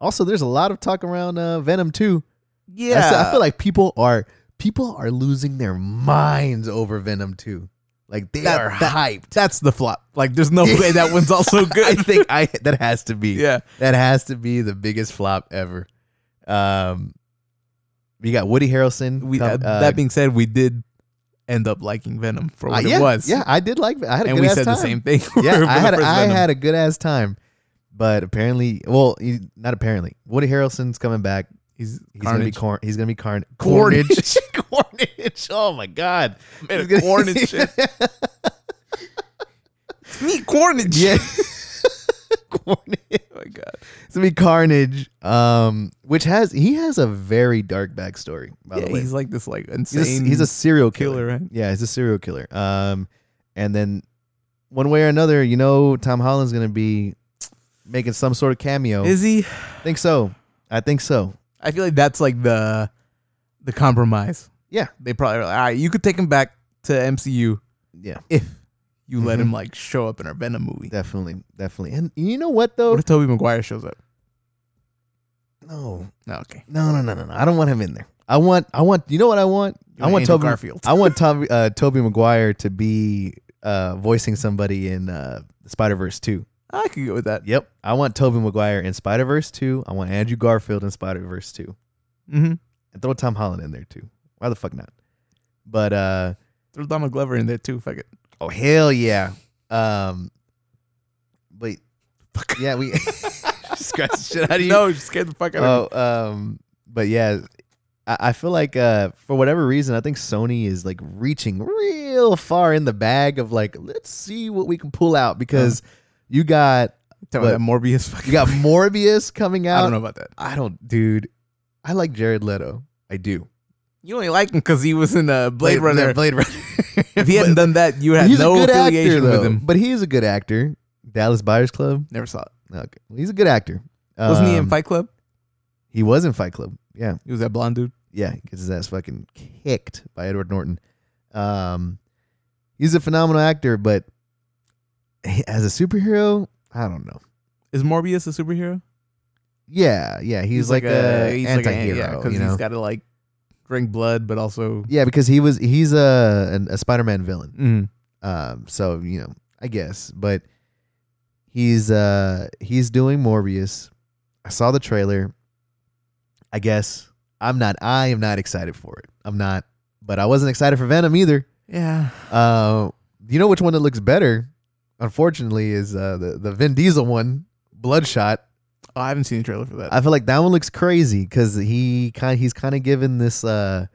[SPEAKER 1] also, there's a lot of talk around uh, Venom too. I,
[SPEAKER 2] Yeah,
[SPEAKER 1] s- I feel like people are people are losing their minds over Venom too. Like they
[SPEAKER 2] That-
[SPEAKER 1] are
[SPEAKER 2] that-
[SPEAKER 1] hyped.
[SPEAKER 2] that's the flop. Like, there's no way that one's also
[SPEAKER 1] I
[SPEAKER 2] good.
[SPEAKER 1] think I that has to be
[SPEAKER 2] yeah,
[SPEAKER 1] that has to be the biggest flop ever. Um, you got Woody Harrelson.
[SPEAKER 2] we.
[SPEAKER 1] Tom-
[SPEAKER 2] uh,
[SPEAKER 1] uh,
[SPEAKER 2] that being said, we did end up liking Venom for what
[SPEAKER 1] Uh, yeah,
[SPEAKER 2] it was.
[SPEAKER 1] yeah, I did like. I had a
[SPEAKER 2] and
[SPEAKER 1] good
[SPEAKER 2] we
[SPEAKER 1] ass
[SPEAKER 2] said
[SPEAKER 1] time.
[SPEAKER 2] the same thing.
[SPEAKER 1] Yeah,
[SPEAKER 2] for
[SPEAKER 1] I had
[SPEAKER 2] the first
[SPEAKER 1] I
[SPEAKER 2] Venom.
[SPEAKER 1] had a good ass time, but apparently, well, he- not apparently. Woody Harrelson's coming back.
[SPEAKER 2] he's,
[SPEAKER 1] He's gonna be
[SPEAKER 2] carnage.
[SPEAKER 1] corn. He's gonna be carn.
[SPEAKER 2] Cornage.
[SPEAKER 1] cornage. Oh my god.
[SPEAKER 2] Made a
[SPEAKER 1] He's gonna-
[SPEAKER 2] cornage shit. Me carnage.
[SPEAKER 1] Yeah. cornage.
[SPEAKER 2] Oh my god.
[SPEAKER 1] It's gonna be carnage. Um, which has he has a very dark backstory. By
[SPEAKER 2] Yeah,
[SPEAKER 1] the way,
[SPEAKER 2] he's like this like
[SPEAKER 1] He's a-
[SPEAKER 2] insane.
[SPEAKER 1] he's a serial killer.
[SPEAKER 2] killer, right?
[SPEAKER 1] Yeah, he's a serial killer. Um, and then one way or another, you know, Tom Holland's gonna be making some sort of cameo.
[SPEAKER 2] Is he?
[SPEAKER 1] I think so. I think so.
[SPEAKER 2] I feel like that's like the the compromise.
[SPEAKER 1] Yeah.
[SPEAKER 2] They probably were like, all right, you could take him back to MCU
[SPEAKER 1] Yeah,
[SPEAKER 2] if you let
[SPEAKER 1] Mhm.
[SPEAKER 2] him like show up in our Venom movie.
[SPEAKER 1] definitely, definitely. And you know what though?
[SPEAKER 2] What if Toby Maguire shows up?
[SPEAKER 1] No,
[SPEAKER 2] No, okay.
[SPEAKER 1] no, no, no, no, no. I don't want him in there. I want, I want. You know what I want?
[SPEAKER 2] You
[SPEAKER 1] I
[SPEAKER 2] want
[SPEAKER 1] want
[SPEAKER 2] Andrew
[SPEAKER 1] Toby
[SPEAKER 2] Garfield.
[SPEAKER 1] I want Tom, uh, Toby Maguire to be uh, voicing somebody in uh, Spider Verse two.
[SPEAKER 2] I could go with that.
[SPEAKER 1] Yep, I want Toby Maguire in Spider Verse two. I want Andrew Garfield in Spider Verse two.
[SPEAKER 2] Mm-hmm.
[SPEAKER 1] And throw Tom Holland in there too. Why the fuck not? But uh
[SPEAKER 2] Throw Donald Glover in there too. Fuck it.
[SPEAKER 1] oh hell yeah. Um but yeah, we scratch the shit out of you.
[SPEAKER 2] No, you scared the fuck out of me.
[SPEAKER 1] Oh, um but yeah, I, I feel like uh for whatever reason I think Sony is like reaching real far in the bag of like let's see what we can pull out because
[SPEAKER 2] Uh-huh.
[SPEAKER 1] you got
[SPEAKER 2] Tell me
[SPEAKER 1] but-
[SPEAKER 2] that Morbius. Fucking
[SPEAKER 1] you got Morbius coming out.
[SPEAKER 2] I don't know about that.
[SPEAKER 1] I don't dude. I like Jared Leto. I do.
[SPEAKER 2] You only like him because he was in uh, Blade, Runner.
[SPEAKER 1] Blade Runner.
[SPEAKER 2] If he hadn't done that, you had
[SPEAKER 1] he's
[SPEAKER 2] no
[SPEAKER 1] a good
[SPEAKER 2] affiliation
[SPEAKER 1] actor, though.
[SPEAKER 2] with him.
[SPEAKER 1] But he's a good actor. Dallas Buyers Club.
[SPEAKER 2] Never saw it.
[SPEAKER 1] Okay. Well, he's a good actor.
[SPEAKER 2] Wasn't he in
[SPEAKER 1] Um,
[SPEAKER 2] Fight Club?
[SPEAKER 1] He was in Fight Club. Yeah.
[SPEAKER 2] He was that blonde dude.
[SPEAKER 1] Yeah. He gets his ass fucking kicked by Edward Norton. Um, he's a phenomenal actor, but he- as a superhero, I don't know.
[SPEAKER 2] Is Morbius a superhero?
[SPEAKER 1] Yeah. Yeah. He's, like, a,
[SPEAKER 2] he's like
[SPEAKER 1] anti
[SPEAKER 2] a-
[SPEAKER 1] hero.
[SPEAKER 2] yeah,
[SPEAKER 1] you know?
[SPEAKER 2] he's got to like drink blood, but also
[SPEAKER 1] yeah. Because he was, he's a, an, a Spider Man villain.
[SPEAKER 2] mm,
[SPEAKER 1] Um, so you know, I guess, but he's uh he's doing Morbius. I saw the trailer. I guess I'm not. I am not excited for it. I'm not. But I wasn't excited for Venom either.
[SPEAKER 2] yeah.
[SPEAKER 1] Uh, you know which one that looks better? Unfortunately, is uh, the the Vin Diesel one, Bloodshot.
[SPEAKER 2] Oh, I haven't seen the trailer for that.
[SPEAKER 1] I feel like that one looks crazy because he kind he's kind of given this uh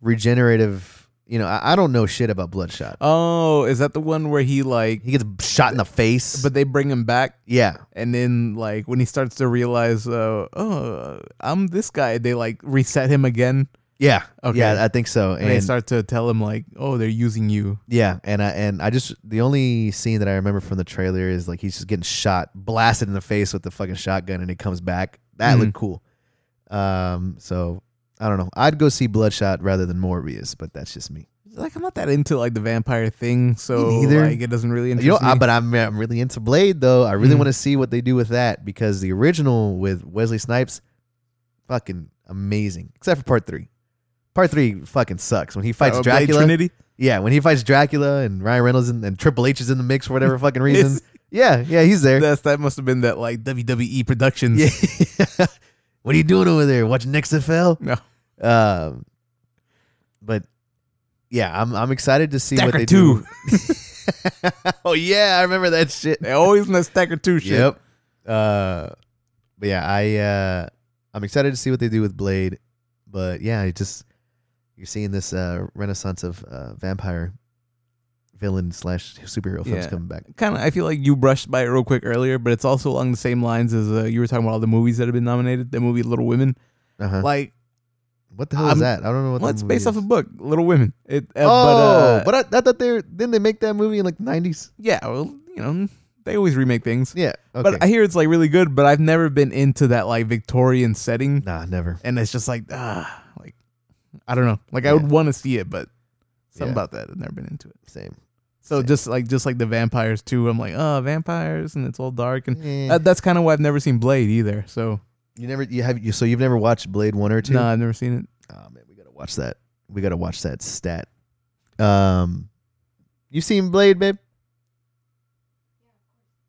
[SPEAKER 1] regenerative. You know, I, I don't know shit about Bloodshot.
[SPEAKER 2] oh, is that the one where he like?
[SPEAKER 1] He gets shot in the face.
[SPEAKER 2] But they bring him back,
[SPEAKER 1] Yeah,
[SPEAKER 2] and then like when he starts to realize, uh, oh, I'm this guy. They like reset him again,
[SPEAKER 1] yeah,
[SPEAKER 2] Okay.
[SPEAKER 1] yeah. I think so.
[SPEAKER 2] and,
[SPEAKER 1] And,
[SPEAKER 2] they start to tell him like, oh, they're using you.
[SPEAKER 1] yeah, and I and I just the only scene that I remember from the trailer is like he's just getting shot, blasted in the face with the fucking shotgun, and he comes back. That
[SPEAKER 2] Mm-hmm.
[SPEAKER 1] looked cool. Um, so I don't know. I'd go see Bloodshot rather than Morbius, but that's just me.
[SPEAKER 2] Like I'm not that into like the vampire thing, so
[SPEAKER 1] neither.
[SPEAKER 2] like it doesn't really interest
[SPEAKER 1] You know,
[SPEAKER 2] me.
[SPEAKER 1] I, but I'm I'm really into Blade though. I really
[SPEAKER 2] Mhm.
[SPEAKER 1] want to see what they do with that because the original with Wesley Snipes, fucking amazing. Except for part three. Part three fucking sucks when he fights
[SPEAKER 2] Oh, Blade
[SPEAKER 1] Dracula.
[SPEAKER 2] Trinity?
[SPEAKER 1] Yeah, when he fights Dracula and Ryan Reynolds and, and Triple H is in the mix for whatever fucking reason.
[SPEAKER 2] Is-
[SPEAKER 1] yeah, yeah, he's there.
[SPEAKER 2] That's that must have been that like WWE Productions.
[SPEAKER 1] Yeah. what are you doing over there? Watching XFL?
[SPEAKER 2] No.
[SPEAKER 1] Um, but yeah, I'm I'm excited to see what
[SPEAKER 2] Stacker
[SPEAKER 1] they
[SPEAKER 2] two.
[SPEAKER 1] do. oh yeah, I remember that shit.
[SPEAKER 2] They always in that stacker two shit.
[SPEAKER 1] Yep. Uh, but yeah, I uh, I'm excited to see what they do with Blade. But yeah, it just you're seeing this uh, renaissance of uh, vampire villain slash superhero films
[SPEAKER 2] Yeah.
[SPEAKER 1] coming back.
[SPEAKER 2] Kind of, I feel like you brushed by it real quick earlier, but it's also along the same lines as uh, you were talking about all the movies that have been nominated. The movie Little Women,
[SPEAKER 1] Uh-huh.
[SPEAKER 2] like,
[SPEAKER 1] what the hell is
[SPEAKER 2] I'm-
[SPEAKER 1] that? I don't know what.
[SPEAKER 2] well,
[SPEAKER 1] that
[SPEAKER 2] it's
[SPEAKER 1] movie
[SPEAKER 2] based off
[SPEAKER 1] is.
[SPEAKER 2] a book, Little Women. It, uh,
[SPEAKER 1] oh,
[SPEAKER 2] but, uh,
[SPEAKER 1] but, I, I thought they were, didn't they make that movie in like the 90s?
[SPEAKER 2] yeah, well, you know, they always remake things.
[SPEAKER 1] Yeah. Okay.
[SPEAKER 2] But I hear it's like really good, but I've never been into that like Victorian setting,
[SPEAKER 1] nah, never.
[SPEAKER 2] and it's just like, ah, like, I don't know, like I
[SPEAKER 1] Yeah.
[SPEAKER 2] would want to see it, but something
[SPEAKER 1] Yeah.
[SPEAKER 2] about that I've never been into it.
[SPEAKER 1] Same.
[SPEAKER 2] So
[SPEAKER 1] Same.
[SPEAKER 2] just like just like the vampires too, I'm like, oh, vampires, and it's all dark, and
[SPEAKER 1] Eh.
[SPEAKER 2] Uh, that, that's kind of why I've never seen Blade either. So
[SPEAKER 1] you never you have you so you've never watched Blade One or Two?
[SPEAKER 2] no, I've never seen it.
[SPEAKER 1] Oh man, we gotta watch that. We gotta watch that stat. Um, you seen Blade, babe?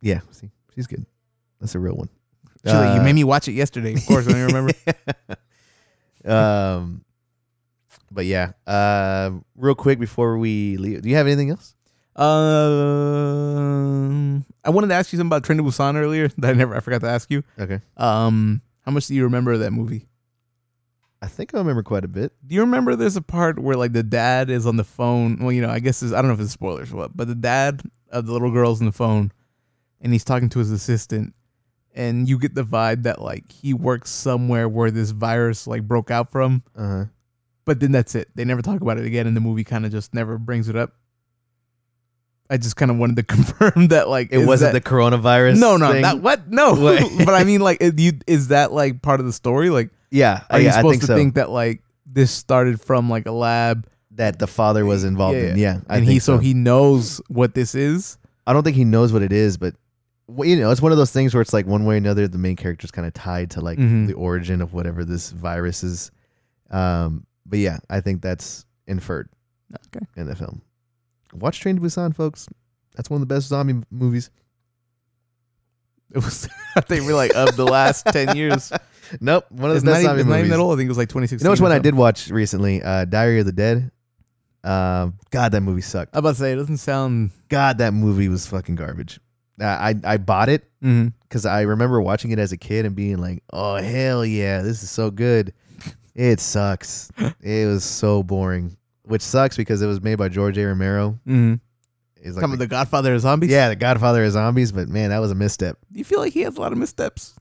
[SPEAKER 1] Yeah, see, she's good. That's a real one.
[SPEAKER 2] She's like, you
[SPEAKER 1] Uh,
[SPEAKER 2] made me watch it yesterday. Of course, I don't even remember.
[SPEAKER 1] um, But yeah, uh, real quick before we leave, do you have anything else?
[SPEAKER 2] Um, I wanted to ask you something about Train to Busan earlier that I never I forgot to ask you.
[SPEAKER 1] Okay,
[SPEAKER 2] Um, how much do you remember of that movie?
[SPEAKER 1] I think I remember quite a bit.
[SPEAKER 2] Do you remember there's a part where like the dad is on the phone? Well, you know, I guess this, I don't know if it's spoilers or what, but the dad of the little girl's on the phone, and he's talking to his assistant, and you get the vibe that like he works somewhere where this virus like broke out from,
[SPEAKER 1] Uh huh.
[SPEAKER 2] but then that's it. They never talk about it again, and the movie kind of just never brings it up. I just kind of wanted to confirm that like
[SPEAKER 1] It
[SPEAKER 2] is
[SPEAKER 1] wasn't
[SPEAKER 2] that-
[SPEAKER 1] the coronavirus.
[SPEAKER 2] no no
[SPEAKER 1] thing?
[SPEAKER 2] not what no
[SPEAKER 1] Wait.
[SPEAKER 2] but I mean like it, you, is that like part of the story like
[SPEAKER 1] Yeah, Uh,
[SPEAKER 2] are
[SPEAKER 1] yeah,
[SPEAKER 2] you
[SPEAKER 1] I
[SPEAKER 2] supposed
[SPEAKER 1] think
[SPEAKER 2] to
[SPEAKER 1] so.
[SPEAKER 2] think that like this started from like a lab
[SPEAKER 1] that the father was involved in. Yeah, I
[SPEAKER 2] and
[SPEAKER 1] think
[SPEAKER 2] he so. he knows what this is
[SPEAKER 1] I don't think he knows what it is, but well, you know, it's one of those things where it's like one way or another, the main character's kind of tied to like
[SPEAKER 2] Mhm.
[SPEAKER 1] the origin of whatever this virus is. Um, but yeah, I think that's inferred
[SPEAKER 2] okay
[SPEAKER 1] in the film. Watch Train to Busan, folks. That's one of the best zombie movies.
[SPEAKER 2] it was I think we're like of the last 10 years
[SPEAKER 1] Nope, one of
[SPEAKER 2] it's
[SPEAKER 1] the
[SPEAKER 2] not,
[SPEAKER 1] best
[SPEAKER 2] even,
[SPEAKER 1] zombie
[SPEAKER 2] it's not even
[SPEAKER 1] movies.
[SPEAKER 2] that old I think it was like
[SPEAKER 1] You
[SPEAKER 2] 2016
[SPEAKER 1] know which
[SPEAKER 2] or
[SPEAKER 1] one I
[SPEAKER 2] something.
[SPEAKER 1] did watch recently? Uh, Diary of the Dead. Uh, God, that movie sucked.
[SPEAKER 2] I was about to say it doesn't sound
[SPEAKER 1] God, that movie was fucking garbage. Uh, I I bought it
[SPEAKER 2] mhm.
[SPEAKER 1] because I remember watching it as a kid and being like, "Oh hell yeah, this is so good." It sucks. it was so boring, which sucks because it was made by George A. Romero.
[SPEAKER 2] Mhm.
[SPEAKER 1] Is
[SPEAKER 2] Some of the Godfather of Zombies
[SPEAKER 1] mm-hmm. yeah, the Godfather of Zombies, but man, that was a misstep.
[SPEAKER 2] do you feel like he has a lot of missteps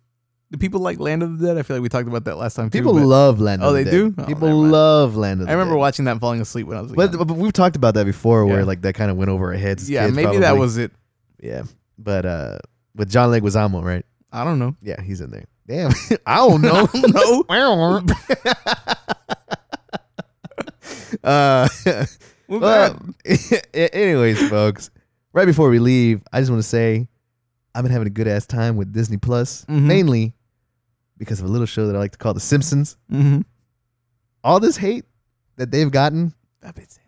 [SPEAKER 2] do people like Land of the Dead I feel like we talked about that last time too,
[SPEAKER 1] People
[SPEAKER 2] but
[SPEAKER 1] love Land.
[SPEAKER 2] Oh,
[SPEAKER 1] of the
[SPEAKER 2] they
[SPEAKER 1] Dead.
[SPEAKER 2] do? Oh,
[SPEAKER 1] People
[SPEAKER 2] never mind.
[SPEAKER 1] love Land of the
[SPEAKER 2] I remember
[SPEAKER 1] Dead.
[SPEAKER 2] watching that and falling asleep when I was a
[SPEAKER 1] But,
[SPEAKER 2] young-
[SPEAKER 1] but we've talked about that before, where
[SPEAKER 2] Yeah.
[SPEAKER 1] like that kind of went over our heads. as
[SPEAKER 2] yeah
[SPEAKER 1] kids,
[SPEAKER 2] maybe that
[SPEAKER 1] probably.
[SPEAKER 2] was it
[SPEAKER 1] yeah. But uh, with John Leguizamo, right?
[SPEAKER 2] I don't know
[SPEAKER 1] Yeah, he's in there. Damn, I don't know.
[SPEAKER 2] no
[SPEAKER 1] uh, Well, anyways, folks, right before we leave, I just want to say I've been having a good ass time with Disney Plus,
[SPEAKER 2] Mhm.
[SPEAKER 1] mainly because of a little show that I like to call The Simpsons.
[SPEAKER 2] mm-hmm.
[SPEAKER 1] All this hate that they've gotten,
[SPEAKER 2] that bit's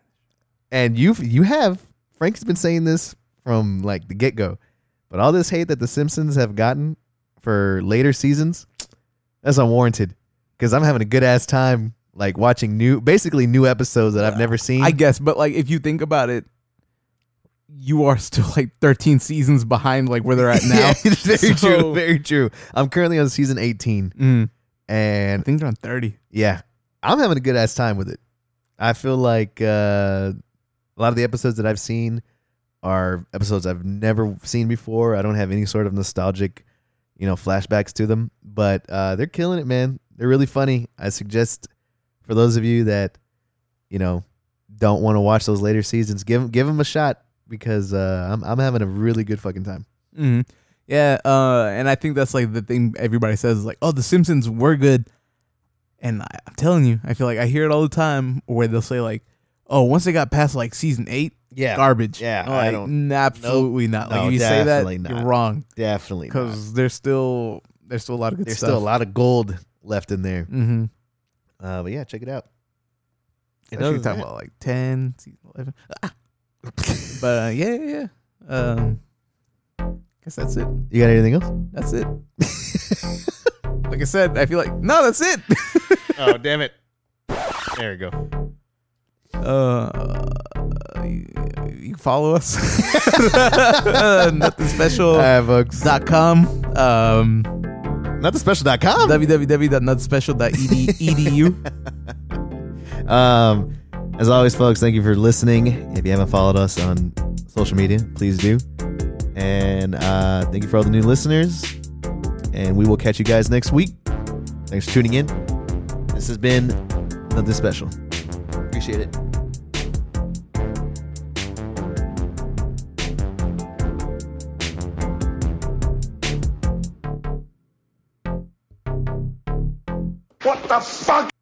[SPEAKER 1] and you you have Frank's been saying this from like the get go, but all this hate that The Simpsons have gotten for later seasons, that's unwarranted because I'm having a good ass time like watching new, basically new episodes that I've never seen.
[SPEAKER 2] Uh, I guess, but like if you think about it, you are still like 13 seasons behind like where they're at now.
[SPEAKER 1] yeah, it's very
[SPEAKER 2] So-
[SPEAKER 1] true. Very true. I'm currently on season 18,
[SPEAKER 2] Mm. I
[SPEAKER 1] and
[SPEAKER 2] think they're on 30.
[SPEAKER 1] yeah, I'm having a good ass time with it. I feel like uh, a lot of the episodes that I've seen are episodes I've never seen before. I don't have any sort of nostalgic, you know, flashbacks to them, but uh, they're killing it, man. They're really funny. I suggest for those of you that you know don't want to watch those later seasons, give give them a shot because uh, I'm I'm having a really good fucking time.
[SPEAKER 2] Mm. Yeah, uh, and I think that's like the thing everybody says is like, oh, The Simpsons were good. And I, I'm telling you, I feel like I hear it all the time where they'll say like, oh, once they got past like season eight,
[SPEAKER 1] Yeah,
[SPEAKER 2] garbage.
[SPEAKER 1] Yeah,
[SPEAKER 2] I'm
[SPEAKER 1] I
[SPEAKER 2] like,
[SPEAKER 1] don't-
[SPEAKER 2] "Nah, absolutely not. Like
[SPEAKER 1] No,
[SPEAKER 2] if you say that,
[SPEAKER 1] definitely not.
[SPEAKER 2] you're wrong
[SPEAKER 1] definitely not.
[SPEAKER 2] because there's still there's still a lot of good
[SPEAKER 1] there's
[SPEAKER 2] stuff.
[SPEAKER 1] still a lot of gold left in there.
[SPEAKER 2] Mm-hmm.
[SPEAKER 1] Uh, but yeah, check it out.
[SPEAKER 2] And
[SPEAKER 1] Other
[SPEAKER 2] she's
[SPEAKER 1] than
[SPEAKER 2] talking about like 10, season 11. Ah. but uh, yeah, yeah, yeah. Um, guess that's it.
[SPEAKER 1] that, you got anything else?
[SPEAKER 2] That's it. like I said, I feel like, no, that's it.
[SPEAKER 1] oh damn it! There we go.
[SPEAKER 2] uh, you, you can follow us. uh, nothing special.
[SPEAKER 1] All right, folks.
[SPEAKER 2] Dot com, um,
[SPEAKER 1] Not the special.com.
[SPEAKER 2] E www.nutspecial.edu.
[SPEAKER 1] Um, as always, folks, thank you for listening. If you haven't followed us on social media, please do. And uh, thank you for all the new listeners. And we will catch you guys next week. Thanks for tuning in. This has been nothing special. Appreciate it.
[SPEAKER 3] What the fuck?